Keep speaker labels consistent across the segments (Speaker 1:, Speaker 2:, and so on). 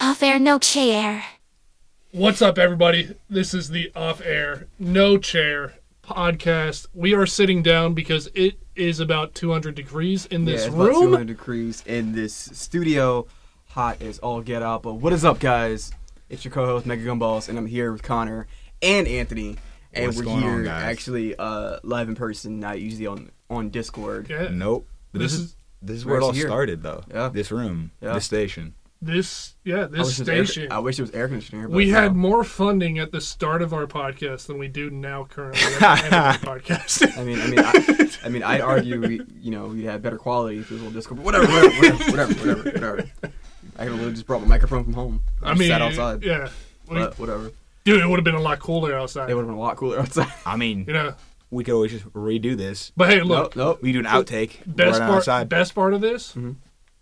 Speaker 1: off air, no chair.
Speaker 2: What's up, everybody? This is the Off Air No Chair podcast. We are sitting down because it is about 200 degrees in this
Speaker 3: yeah, it's about
Speaker 2: room.
Speaker 3: 200 degrees in this studio, hot as all get out. But what is up, guys? It's your co-host Mega Gumballs, and I'm here with Connor and Anthony, and
Speaker 4: What's
Speaker 3: we're
Speaker 4: going
Speaker 3: here
Speaker 4: on, guys?
Speaker 3: actually uh, live in person, not usually on on Discord.
Speaker 2: Yeah.
Speaker 4: Nope. But this,
Speaker 2: This
Speaker 4: is this is where
Speaker 3: we're
Speaker 4: it all
Speaker 3: here.
Speaker 4: started, though.
Speaker 3: Yeah.
Speaker 4: This room,
Speaker 3: Yeah.
Speaker 4: this station.
Speaker 2: This, yeah,
Speaker 3: I
Speaker 2: this
Speaker 3: wish it was air-
Speaker 2: station.
Speaker 3: I wish it was air conditioning. here, But
Speaker 2: we
Speaker 3: no.
Speaker 2: had more funding at the start of our podcast than we do now currently at the end of the podcast.
Speaker 3: I mean, I mean, I, I mean, I argue, we, you know, we'd have better quality if it was on Discord. But whatever, whatever, whatever, whatever, whatever. I could have literally just brought my microphone from home.
Speaker 2: I mean,
Speaker 3: sat outside.
Speaker 2: yeah. We-
Speaker 3: But whatever.
Speaker 2: Dude, it would have been a lot cooler outside.
Speaker 3: It would have been a lot cooler outside.
Speaker 4: I mean,
Speaker 2: you know,
Speaker 4: we could always just redo this.
Speaker 2: but hey,
Speaker 3: Nope,
Speaker 2: look,
Speaker 3: nope. Mm-hmm.
Speaker 4: We do an outtake.
Speaker 2: best
Speaker 4: right
Speaker 2: part,
Speaker 4: outside.
Speaker 2: best part of this,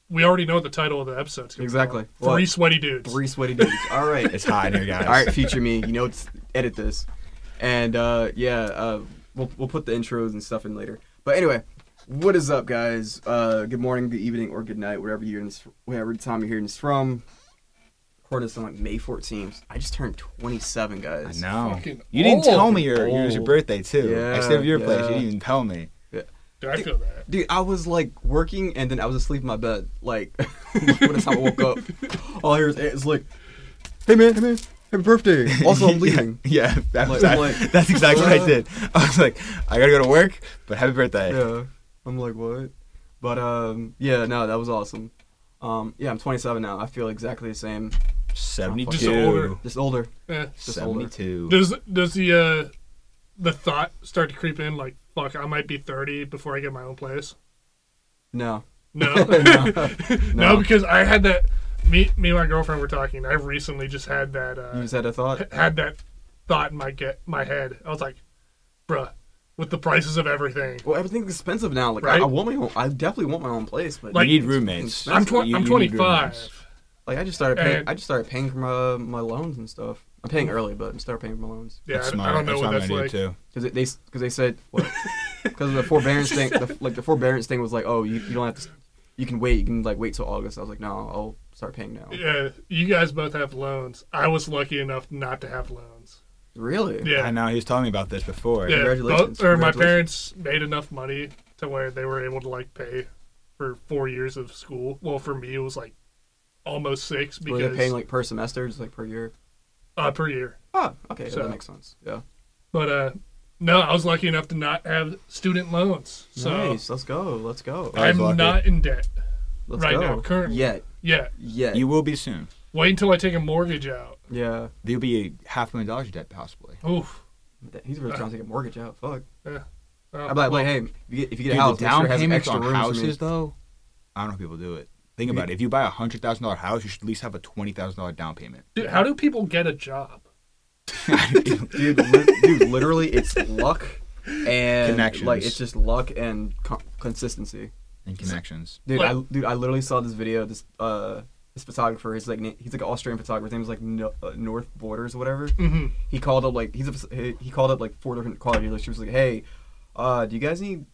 Speaker 2: we already know the title of the episode.
Speaker 3: Exactly.
Speaker 2: Three
Speaker 3: What?
Speaker 2: sweaty dudes.
Speaker 3: Three sweaty dudes. All right.
Speaker 4: It's hot in here, guys.
Speaker 3: All right, future me. You know, it's, edit this. And uh, yeah, uh, we'll we'll put the intros and stuff in later. But anyway, what is up, guys? Uh, good morning, good evening, or good night, wherever you're in this, wherever time you're hearing this from. Recording this on like May 14th. I just turned 27,
Speaker 4: I
Speaker 3: guys.
Speaker 4: know.
Speaker 2: Fucking
Speaker 4: You didn't tell
Speaker 2: old.
Speaker 4: me your, it was your
Speaker 3: Old.
Speaker 4: birthday, too.
Speaker 3: Yeah,
Speaker 4: I stayed at your place. You
Speaker 3: yeah.
Speaker 4: didn't even tell me.
Speaker 2: Dude, I feel that.
Speaker 3: Dude, I was like working and then I was asleep in my bed. Like, when the time I woke up, all I hear is it's like, "Hey man, hey man, happy birthday!" Also, I'm leaving.
Speaker 4: Yeah, that was,
Speaker 3: Like- like-
Speaker 4: that's exactly what I
Speaker 3: Uh.
Speaker 4: did. I was like, I gotta go to work, but happy birthday.
Speaker 3: yeah. I'm like, what? But um, yeah, no, that was awesome. Um, yeah, I'm 27 now. I feel exactly the same. Just
Speaker 4: 72.
Speaker 2: older.
Speaker 3: Just older.
Speaker 2: Eh.
Speaker 3: Just older.
Speaker 4: 72.
Speaker 2: Does does the uh, the thought start to creep in? Like, fuck, I might be thirty before I get my own place.
Speaker 3: No.
Speaker 2: No, no. because I had that. Me, me, and my girlfriend were talking. I recently just had that.
Speaker 3: You
Speaker 2: Uh,
Speaker 3: just had a thought.
Speaker 2: had that thought in my get my head. I was like, bruh, with the prices of everything.
Speaker 3: Well, everything's expensive now. Like,
Speaker 2: Right?
Speaker 3: I, I want my own. I definitely want my own place, but
Speaker 2: Like-
Speaker 4: you need
Speaker 3: it's fucking
Speaker 4: roommates.
Speaker 3: expensive.
Speaker 2: I'm tw-
Speaker 4: You- you
Speaker 2: I'm
Speaker 4: need
Speaker 2: 25.
Speaker 4: roommates.
Speaker 3: Like, I just started. Paying,
Speaker 2: And-
Speaker 3: I just started paying for my my loans and stuff. I'm paying early, but I'm starting paying for my loans
Speaker 2: Yeah,
Speaker 4: That's
Speaker 2: I,
Speaker 4: smart.
Speaker 2: I don't know what
Speaker 4: what I'm
Speaker 2: that's
Speaker 4: gonna
Speaker 2: like.
Speaker 4: do, too.
Speaker 3: because they because they said what because the forbearance thing. The, like the forbearance thing was like, oh, you, you don't have to. You can wait. You can like wait till August. I was like, no, I'll start paying now.
Speaker 2: Yeah, you guys both have loans. I was lucky enough not to have loans.
Speaker 3: Really?
Speaker 2: Yeah,
Speaker 4: I know, he was telling me about this before.
Speaker 2: yeah.
Speaker 3: Congratulations.
Speaker 2: Both, or my
Speaker 3: Congratulations.
Speaker 2: parents made enough money to where they were able to like pay for four years of school. Well, for me, it was like almost six
Speaker 3: Were
Speaker 2: because
Speaker 3: they paying like per semester, just like per year?
Speaker 2: uh, per year.
Speaker 3: Oh, okay,
Speaker 2: So-
Speaker 3: that makes sense. Yeah.
Speaker 2: But uh, no, I was lucky enough to not have student loans, so
Speaker 3: nice. Let's go. Let's go.
Speaker 4: I
Speaker 2: I'm
Speaker 4: was lucky.
Speaker 2: not in debt
Speaker 3: Let's
Speaker 2: right
Speaker 3: go.
Speaker 2: now, currently.
Speaker 3: Yet.
Speaker 2: yet.
Speaker 3: Yet.
Speaker 4: You will be soon.
Speaker 2: Wait until I take a mortgage out.
Speaker 3: yeah.
Speaker 4: There'll be a half million dollars in debt, possibly.
Speaker 2: Oof.
Speaker 3: He's
Speaker 4: Uh,
Speaker 3: really trying to take a mortgage out. Fuck.
Speaker 2: Uh,
Speaker 3: I'm like, like, hey, if you get, if you get
Speaker 4: Dude,
Speaker 3: a house,
Speaker 4: the
Speaker 3: make sure
Speaker 4: down
Speaker 3: it has an
Speaker 4: payments
Speaker 3: extra
Speaker 4: on
Speaker 3: room
Speaker 4: houses, though, I don't know if people do it. Think about it. If you buy a hundred thousand dollar house, you should at least have a twenty thousand dollar down payment.
Speaker 2: dude, how do people get a job?
Speaker 3: dude. Li- dude, literally, it's luck and
Speaker 4: Connections.
Speaker 3: like it's just luck and co- consistency.
Speaker 4: and connections.
Speaker 3: Dude, I dude, I literally saw this video. This uh, this photographer. He's like, na- he's like an Australian photographer. His name is like no- uh, North Borders or whatever.
Speaker 2: Mhm.
Speaker 3: He called up like he's a, he- he called up like four different car dealers. She was like, hey, uh, do you guys need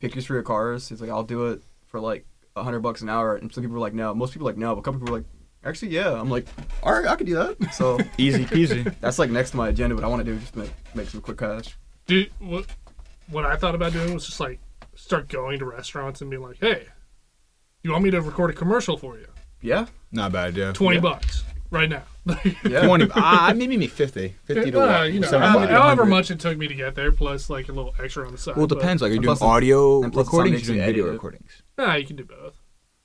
Speaker 3: pictures for your cars? He's like, I'll do it for like a hundred bucks an hour. And some people were like, no. Most people were like, no. But a couple people were like, actually, yeah. I'm like, all right, I could do that. So
Speaker 4: Easy peasy.
Speaker 3: that's like next to my agenda. What I want to do is just make make some quick cash.
Speaker 2: Dude, what what I thought about doing was just like start going to restaurants and being like, "Hey, you want me to record a commercial for you?
Speaker 3: Yeah.
Speaker 4: Not a bad idea.
Speaker 2: Twenty
Speaker 3: Yeah.
Speaker 2: bucks right now."
Speaker 3: Yeah.
Speaker 4: Twenty. Ah, maybe me fifty. Fifty to
Speaker 2: Uh,
Speaker 4: what?
Speaker 2: you know, however,
Speaker 4: 75.
Speaker 2: however much it took me to get there, plus like a little extra on the side.
Speaker 4: Well, it
Speaker 2: but-
Speaker 4: depends. Like, are you
Speaker 3: And
Speaker 4: doing
Speaker 3: plus it's-
Speaker 4: audio
Speaker 3: and plus it's
Speaker 4: recordings?
Speaker 3: something
Speaker 4: You're doing
Speaker 3: to
Speaker 4: video
Speaker 3: edit.
Speaker 4: recordings.
Speaker 2: Nah, you can do both.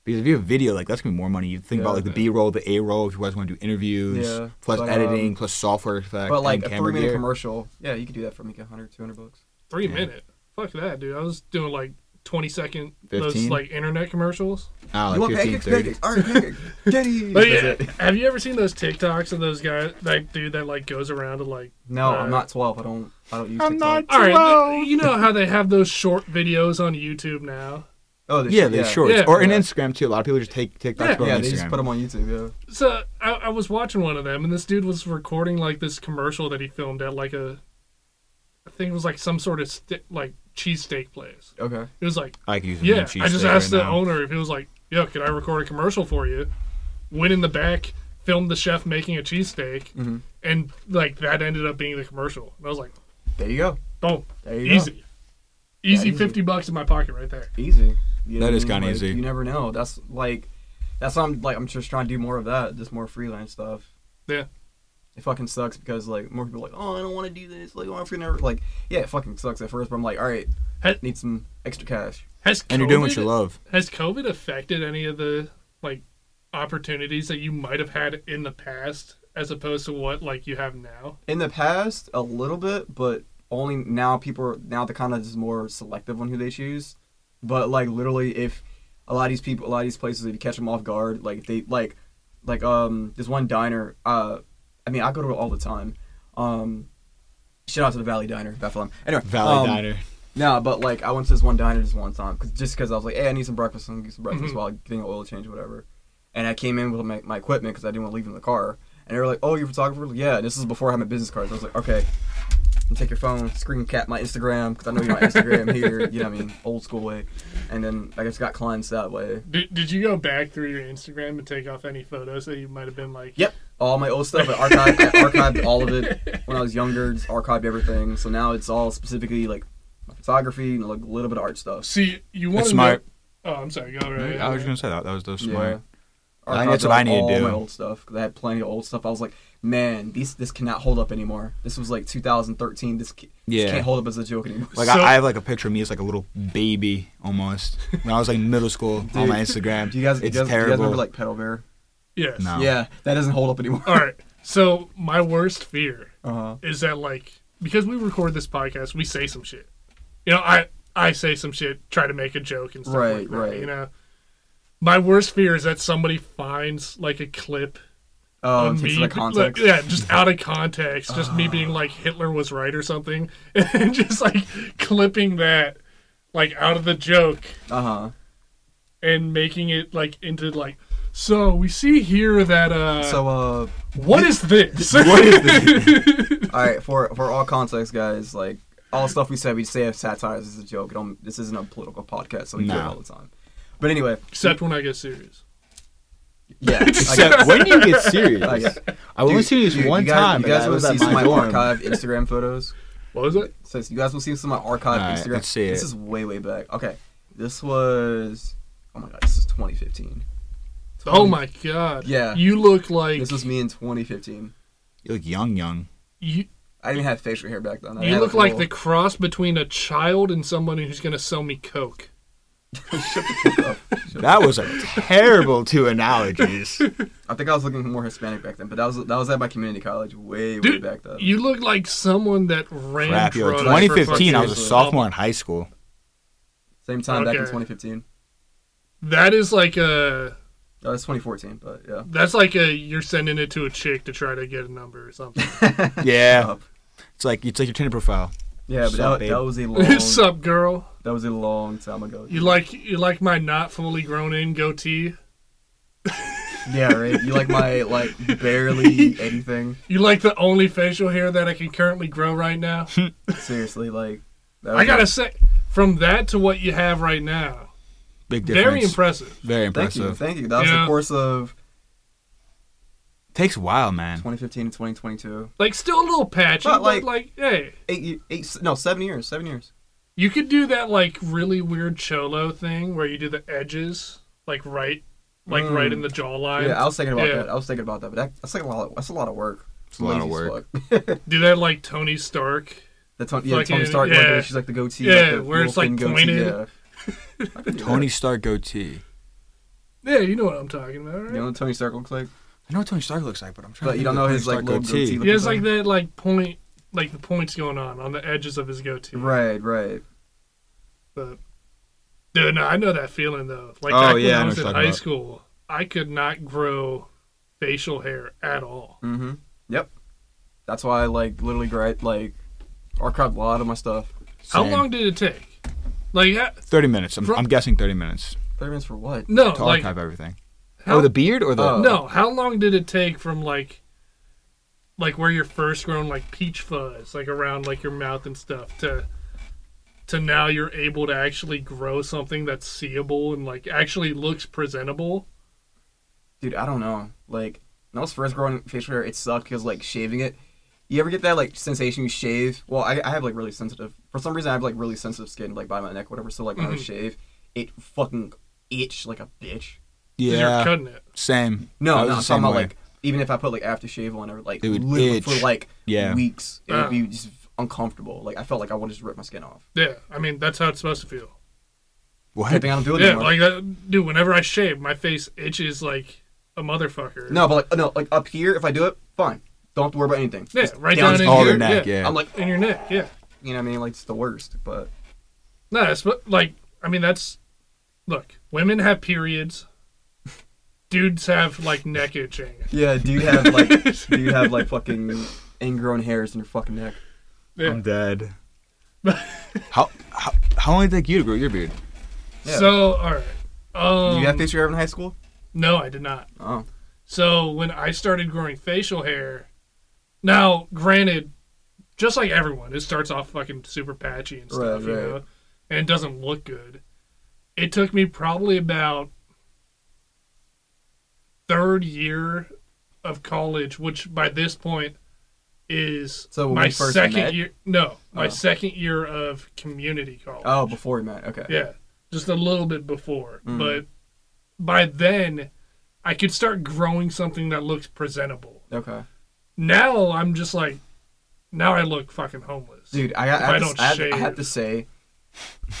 Speaker 4: Because if you have video, like that's gonna be more money. You think
Speaker 3: Yeah,
Speaker 4: about like the
Speaker 3: yeah.
Speaker 4: B roll, the A roll. If you guys want to do interviews,
Speaker 3: Yeah,
Speaker 4: plus
Speaker 3: but,
Speaker 4: editing,
Speaker 3: um,
Speaker 4: plus software effects,
Speaker 3: But like
Speaker 4: and
Speaker 3: a
Speaker 4: camera
Speaker 3: three minute
Speaker 4: gear.
Speaker 3: commercial, yeah, you could do that for me, like 100, 200 bucks.
Speaker 2: Three minute. Fuck that, dude. I was doing like twenty second those
Speaker 4: 15?
Speaker 2: like internet commercials.
Speaker 4: Ah, like
Speaker 3: you want
Speaker 4: 15,
Speaker 3: pancakes?
Speaker 4: 30.
Speaker 3: Pancakes. All right, pancakes. Daddy.
Speaker 4: Oh,
Speaker 2: But
Speaker 3: That's
Speaker 2: yeah,
Speaker 3: it.
Speaker 2: have you ever seen those TikToks of those guys, that dude that like goes around and like
Speaker 3: No,
Speaker 2: Uh,
Speaker 3: I'm not 12. I don't. I don't use.
Speaker 4: I'm
Speaker 3: TikTok.
Speaker 4: not-
Speaker 2: All right,
Speaker 4: Twelve.
Speaker 2: th- you know how they have those short videos on YouTube now.
Speaker 3: Oh, they
Speaker 4: Yeah, they shorts
Speaker 2: Yeah.
Speaker 4: or in
Speaker 3: Yeah.
Speaker 4: Instagram too. A lot of people just take TikToks.
Speaker 2: Yeah.
Speaker 4: put it on
Speaker 3: Yeah, they
Speaker 4: Instagram.
Speaker 3: just put them on YouTube. Yeah.
Speaker 2: So I, I was watching one of them, and this dude was recording like this commercial that he filmed at like a, I think it was like some sort of sti- like cheesesteak place.
Speaker 3: Okay.
Speaker 2: It was like,
Speaker 4: I could use
Speaker 2: yeah. I just asked the owner if he was like, yo, can I record a commercial for you? Went in the back, filmed the chef making a cheesesteak,
Speaker 4: Mm-hmm.
Speaker 3: Mhm.
Speaker 2: and like that ended up being the commercial. And I was like,
Speaker 3: There you go.
Speaker 2: boom,
Speaker 3: There you
Speaker 2: easy, easy,
Speaker 3: easy.
Speaker 2: fifty bucks in my pocket right there.
Speaker 3: go. Easy. You
Speaker 4: That
Speaker 3: know,
Speaker 4: is kinda
Speaker 3: like,
Speaker 4: easy.
Speaker 3: You never know. That's like, that's why I'm like, I'm just trying to do more of that, just more freelance stuff.
Speaker 2: Yeah.
Speaker 3: It fucking sucks because like more people are like, oh, I don't want to do this. Like, oh, I'm gonna like, yeah, it fucking sucks at first, but I'm like, all right,
Speaker 2: Had-
Speaker 3: need some extra cash.
Speaker 2: Has
Speaker 4: And you're
Speaker 2: COVID-
Speaker 4: doing what you love.
Speaker 2: Has COVID affected any of the like opportunities that you might have had in the past, as opposed to what like you have now?
Speaker 3: In the past, a little bit, but only now people are now the kind of is more selective on who they choose. But like literally, if a lot of these people, a lot of these places, if you catch them off guard, like if they like, like um, this one diner. Uh, I mean, I go to it all the time. Um, shout out to the Valley Diner, Bethlehem. Anyway,
Speaker 4: Valley
Speaker 3: um,
Speaker 4: Diner.
Speaker 3: No, but like I went to this one diner this one time, cause, just because I was like, hey, I need some breakfast, I'm gonna get some breakfast
Speaker 2: Mhm.
Speaker 3: while getting an oil change, or whatever. And I came in with my, my equipment because I didn't want to leave it in the car. And they were like, oh, you're a photographer? Yeah. And this is before I had my business cards. I was like, okay, and take your phone, screen cap my Instagram, because I know you're on Instagram here. You know what I mean? Old school way. And then I just got clients that way.
Speaker 2: Did, did you go back through your Instagram and take off any photos that you might have been like?
Speaker 3: Yep. All my old stuff. I archived, I archived all of it when I was younger. Just archived everything. So now it's all specifically like my photography and like a little bit of art stuff.
Speaker 2: See, you want
Speaker 4: That's
Speaker 2: to know.
Speaker 4: smart.
Speaker 2: Oh, I'm sorry. Go right.
Speaker 4: I was gonna say that. That was the
Speaker 3: Yeah.
Speaker 4: smart. I
Speaker 3: Archived
Speaker 4: think that's what I
Speaker 3: up
Speaker 4: need to
Speaker 3: all
Speaker 4: do.
Speaker 3: my old stuff 'cause I had plenty of old stuff. I was like, man, these this cannot hold up anymore. This was like 2013. This, ca-
Speaker 4: Yeah.
Speaker 3: this can't hold up as a joke anymore.
Speaker 4: Like
Speaker 2: So-
Speaker 4: I, I have like a picture of me as like a little baby almost when I was like middle school on my Instagram.
Speaker 3: do you guys, do you
Speaker 4: it's
Speaker 3: guys, do you guys
Speaker 4: terrible.
Speaker 3: remember like Pedal Bear?
Speaker 2: Yes.
Speaker 4: No.
Speaker 3: Yeah, that doesn't hold up anymore.
Speaker 2: All right. So my worst fear
Speaker 3: Uh-huh.
Speaker 2: is that like because we record this podcast, we say some shit. You know, I I say some shit, try to make a joke and stuff like
Speaker 3: Right,
Speaker 2: that.
Speaker 3: right.
Speaker 2: You know, my worst fear is that somebody finds like a clip
Speaker 3: Oh,
Speaker 2: of
Speaker 3: it takes
Speaker 2: me,
Speaker 3: it out of
Speaker 2: like,
Speaker 3: context.
Speaker 2: yeah, just out of context, just
Speaker 4: Ah.
Speaker 2: me being like Hitler was right or something, and just like clipping that like out of the joke
Speaker 3: Uh huh.
Speaker 2: and making it like into like. So we see here that uh,
Speaker 3: So, uh,
Speaker 2: what is this?
Speaker 4: What is this?
Speaker 3: all right, for for all context, guys, like all stuff we said, we say as satires is a joke. It don't, this isn't a political podcast, so we do it
Speaker 4: Nah.
Speaker 3: all the time. But anyway,
Speaker 2: Except when I get serious.
Speaker 3: yeah. I guess-
Speaker 4: Except when you get serious,
Speaker 3: I guess.
Speaker 4: I only
Speaker 3: Dude,
Speaker 4: see this
Speaker 3: dude,
Speaker 4: one
Speaker 3: you guys,
Speaker 4: time.
Speaker 3: You guys
Speaker 4: and I
Speaker 3: will
Speaker 4: was at
Speaker 3: see some of
Speaker 4: my
Speaker 3: my
Speaker 4: dorm.
Speaker 3: archived Instagram photos.
Speaker 2: What is it?
Speaker 3: So you guys will see some of my archived
Speaker 4: Alright,
Speaker 3: Instagram.
Speaker 4: let's see
Speaker 3: this
Speaker 4: it.
Speaker 3: is way way back. Okay, this was. Oh my god, this is 2015.
Speaker 2: Oh my god.
Speaker 3: Yeah.
Speaker 2: You look like
Speaker 3: This was me in 2015.
Speaker 4: You look young, young.
Speaker 2: you.
Speaker 3: I didn't even have facial hair back then. I
Speaker 2: You
Speaker 3: had
Speaker 2: look like the
Speaker 3: little-
Speaker 2: cross between a child and somebody who's gonna sell me coke.
Speaker 3: oh,
Speaker 4: That was a terrible two analogies.
Speaker 3: I think I was looking more Hispanic back then, but that was that was at my community college way way
Speaker 2: Dude,
Speaker 3: back then.
Speaker 2: You look like someone that ran
Speaker 4: Crap, yo.
Speaker 2: drugs. for
Speaker 4: 2015, I was a
Speaker 2: fucking-
Speaker 4: sophomore in high school.
Speaker 3: Same time back in
Speaker 2: Okay.
Speaker 3: 2015.
Speaker 2: That is like a.
Speaker 3: No, that's 2014, but yeah.
Speaker 2: That's like a. You're sending it to a chick to try to get a number or something.
Speaker 4: Yeah,
Speaker 3: Up.
Speaker 4: it's like it's like your Tinder profile.
Speaker 3: Yeah, but
Speaker 4: Sup,
Speaker 3: that,
Speaker 4: babe?
Speaker 3: that was a long
Speaker 2: What's up, girl?
Speaker 3: that was a long time ago.
Speaker 2: You like you like my not fully grown in goatee.
Speaker 3: Yeah, right. You like my like barely anything.
Speaker 2: You like the only facial hair that I can currently grow right now.
Speaker 3: Seriously, like that
Speaker 2: I gotta say, from that to what you have right now,
Speaker 4: Big difference.
Speaker 2: very impressive.
Speaker 4: Very
Speaker 3: Thank you,
Speaker 4: impressive.
Speaker 3: thank you. That was
Speaker 2: Yeah.
Speaker 3: the course of
Speaker 4: Takes a while, man.
Speaker 3: 2015 to 2022.
Speaker 2: Like still a little patchy,
Speaker 3: But,
Speaker 2: but
Speaker 3: like-
Speaker 2: like, hey,
Speaker 3: Eight, ye- eight, no, seven years, seven years.
Speaker 2: you could do that like really weird cholo thing where you do the edges like right, like
Speaker 3: Mm.
Speaker 2: right in the jawline.
Speaker 3: yeah, I was thinking about
Speaker 2: yeah.
Speaker 3: that. I was thinking about that, but that, that's like a lot. Of, that's a lot of work.
Speaker 4: It's a lot of
Speaker 3: Lazy as
Speaker 4: work.
Speaker 3: fuck.
Speaker 2: do that like Tony Stark.
Speaker 3: The Tony, yeah,
Speaker 2: Fucking-
Speaker 3: Tony Stark.
Speaker 2: yeah.
Speaker 3: Yeah. She's like the goatee.
Speaker 2: Yeah,
Speaker 3: like the
Speaker 2: where it's,
Speaker 3: little
Speaker 2: like,
Speaker 3: thin
Speaker 2: pointed.
Speaker 3: yeah. I could do
Speaker 4: Tony Stark goatee.
Speaker 2: Yeah, you know what I'm talking about,
Speaker 3: that.
Speaker 2: right?
Speaker 3: You know what Tony Stark looks like?
Speaker 4: I know what Tony Stark looks like, but I'm trying.
Speaker 3: But
Speaker 4: to
Speaker 3: you
Speaker 4: think
Speaker 3: don't
Speaker 4: of
Speaker 3: know
Speaker 4: Tony
Speaker 3: his, like,
Speaker 4: Stark
Speaker 3: little goatee
Speaker 2: He has
Speaker 3: looking
Speaker 2: like that like point, like the points going on on the edges of his goatee.
Speaker 3: Right, right.
Speaker 2: But dude, no, I know that feeling though. Like
Speaker 4: Oh,
Speaker 2: back when
Speaker 4: yeah,
Speaker 2: I
Speaker 4: I know
Speaker 2: was
Speaker 4: what
Speaker 2: in
Speaker 4: you're
Speaker 2: high
Speaker 4: talking about.
Speaker 2: school, I could not grow facial hair at all.
Speaker 3: Mm-hmm. Yep. That's why I like literally gra- like archived a lot of my stuff.
Speaker 2: How
Speaker 4: Same.
Speaker 2: long did it take? Like I-
Speaker 4: Thirty minutes. I'm,
Speaker 2: From-
Speaker 4: I'm guessing thirty minutes
Speaker 3: Thirty minutes for what?
Speaker 2: no,
Speaker 4: to
Speaker 2: Oh, like
Speaker 4: archive everything.
Speaker 2: how-
Speaker 4: oh, the beard or the
Speaker 3: Oh.
Speaker 2: No, how long did it take from like like where you're first grown like peach fuzz like around like your mouth and stuff to to now you're able to actually grow something that's seeable and like actually looks presentable?
Speaker 3: Dude, I don't know. Like When I was first growing facial hair, it sucked because like shaving it. You ever get that like sensation you shave? Well, I, I have like really sensitive. For some reason, I have like really sensitive skin, like by my neck, whatever. So like when I
Speaker 4: Mm-hmm.
Speaker 2: Mhm.
Speaker 3: shave, it fucking itch like a bitch.
Speaker 2: 'Cause You're
Speaker 4: Yeah,
Speaker 2: cutting it.
Speaker 4: same.
Speaker 3: No, no,
Speaker 4: I was
Speaker 3: I'm
Speaker 4: the
Speaker 3: talking
Speaker 4: same
Speaker 3: about
Speaker 4: way.
Speaker 3: like even if I put like aftershave on or like
Speaker 4: It would
Speaker 3: literally
Speaker 4: itch.
Speaker 3: for like
Speaker 4: Yeah.
Speaker 3: weeks, it
Speaker 2: Ah.
Speaker 3: would be just uncomfortable. Like I felt like I wanted to just rip my skin off.
Speaker 2: Yeah, I mean that's how it's supposed to feel.
Speaker 3: Good
Speaker 4: what?
Speaker 3: thing I don't do it
Speaker 2: Yeah,
Speaker 3: anymore.
Speaker 2: like that, dude. Whenever I shave, my face itches like a motherfucker.
Speaker 3: no, but like no, like up here, if I do it, fine. Don't have to worry about anything.
Speaker 2: yeah,
Speaker 3: Just
Speaker 2: right
Speaker 3: down
Speaker 2: down in
Speaker 4: all
Speaker 2: here.
Speaker 4: their Oh, neck. Yeah,
Speaker 3: I'm like,
Speaker 2: in your neck. Yeah,
Speaker 3: you know what I mean? Like it's the worst, but
Speaker 2: no, that's what like. I mean, that's look. Women have periods. Dudes have like neck itching.
Speaker 3: yeah, do you have like do you have like fucking ingrown hairs in your fucking neck?
Speaker 2: Yeah.
Speaker 4: dead. how, how how long did it take you to grow your beard?
Speaker 3: Yeah.
Speaker 2: So all right. Um,
Speaker 3: Do you have facial hair in high school?
Speaker 2: no, I did not.
Speaker 3: Oh,
Speaker 2: So when I started growing facial hair, now granted, just like everyone, it starts off fucking super patchy and stuff,
Speaker 3: Right,
Speaker 2: you
Speaker 3: right.
Speaker 2: know, and it doesn't look good. It took me probably about third year of college, which by this point is
Speaker 3: So when
Speaker 2: my
Speaker 3: we first
Speaker 2: second
Speaker 3: met?
Speaker 2: year. No, my
Speaker 3: Oh.
Speaker 2: second year of community college.
Speaker 3: oh, before we met. Okay.
Speaker 2: Yeah, just a little bit before.
Speaker 3: Mm.
Speaker 2: But by then, I could start growing something that looks presentable.
Speaker 3: Okay.
Speaker 2: Now I'm just like, now I look fucking homeless.
Speaker 3: Dude, I, I,
Speaker 2: If
Speaker 3: have,
Speaker 2: I
Speaker 3: to,
Speaker 2: don't
Speaker 3: I, have, I have
Speaker 2: shave.
Speaker 3: to say,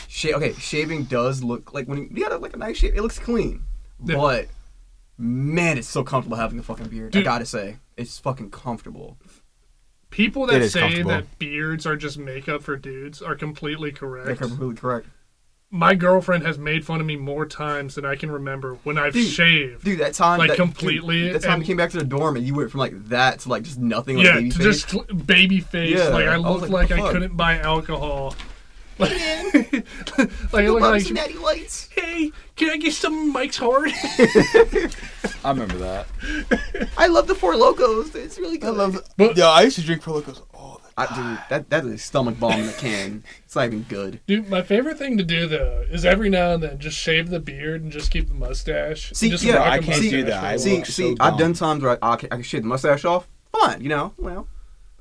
Speaker 3: sha- okay, shaving does look like when you, you got like a nice shave, it looks clean.
Speaker 2: Yeah.
Speaker 3: But man, it's so comfortable having a fucking beard.
Speaker 2: Dude.
Speaker 3: I gotta say, it's fucking comfortable.
Speaker 2: People
Speaker 4: It
Speaker 2: that
Speaker 4: is
Speaker 2: say
Speaker 4: comfortable.
Speaker 2: that beards are just makeup for dudes are completely
Speaker 3: That's
Speaker 2: correct.
Speaker 3: completely correct,
Speaker 2: My girlfriend has made fun of me more times than I can remember when I've
Speaker 3: Dude,
Speaker 2: shaved.
Speaker 3: dude. That time,
Speaker 2: Like,
Speaker 3: that,
Speaker 2: completely,
Speaker 3: Dude, that time
Speaker 2: and-
Speaker 3: you came back to the dorm and you went from like that to like just nothing, like
Speaker 2: yeah,
Speaker 3: baby
Speaker 2: to
Speaker 3: face.
Speaker 2: just cl- baby face.
Speaker 3: Yeah,
Speaker 2: like I
Speaker 3: I was
Speaker 2: looked like,
Speaker 3: like, "What the
Speaker 2: I
Speaker 3: fuck?"
Speaker 2: couldn't buy alcohol. Like, like I looked like
Speaker 3: natty lights.
Speaker 2: hey, can I get some Mike's Hard?
Speaker 4: I remember that.
Speaker 3: I love the Four Locos. It's really good.
Speaker 4: I love.
Speaker 2: But-
Speaker 4: yeah, I used to drink Prolocos all the time.
Speaker 3: dude, that that is a stomach bomb in a can. It's not even good.
Speaker 2: Dude, my favorite thing to do though is every now and then just shave the beard and just keep the mustache. and
Speaker 3: See,
Speaker 2: just
Speaker 3: yeah,
Speaker 2: rock
Speaker 3: I
Speaker 2: a
Speaker 3: can't do
Speaker 2: mustache
Speaker 4: that.
Speaker 2: for a
Speaker 4: I
Speaker 2: while.
Speaker 3: see,
Speaker 4: look
Speaker 3: see,
Speaker 4: so
Speaker 3: I've done
Speaker 4: dumb.
Speaker 3: times where I, I, can, I can shave the mustache off. Fine, you know, well,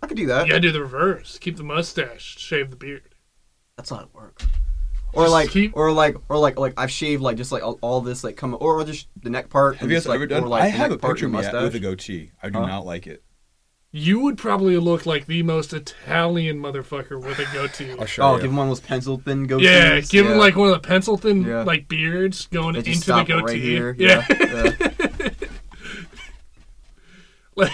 Speaker 3: I could do that.
Speaker 2: you gotta do the reverse. Keep the mustache, shave the beard.
Speaker 3: That's how it works. Or
Speaker 2: Just
Speaker 3: like,
Speaker 2: keep-
Speaker 3: or like, or like, like I've shaved like just like all, all this like come or just the neck part.
Speaker 4: Have
Speaker 3: and
Speaker 4: you
Speaker 3: just,
Speaker 4: guys
Speaker 3: like,
Speaker 4: ever done?
Speaker 3: Or, like,
Speaker 4: I
Speaker 3: the
Speaker 4: have
Speaker 3: neck
Speaker 4: a
Speaker 3: part
Speaker 4: picture of
Speaker 3: and
Speaker 4: me at- with a
Speaker 3: mustache.
Speaker 4: goatee. I do
Speaker 3: Huh?
Speaker 4: not like it.
Speaker 2: You would probably look like the most Italian motherfucker with a goatee.
Speaker 4: I'll show
Speaker 3: Oh,
Speaker 4: you.
Speaker 3: give him one of those pencil thin goatees.
Speaker 2: yeah, give him like one of the pencil thin
Speaker 3: Yeah.
Speaker 2: like beards going
Speaker 3: They just
Speaker 2: into the
Speaker 3: stop
Speaker 2: goatee.
Speaker 3: right here.
Speaker 2: Yeah,
Speaker 3: yeah. yeah.
Speaker 2: like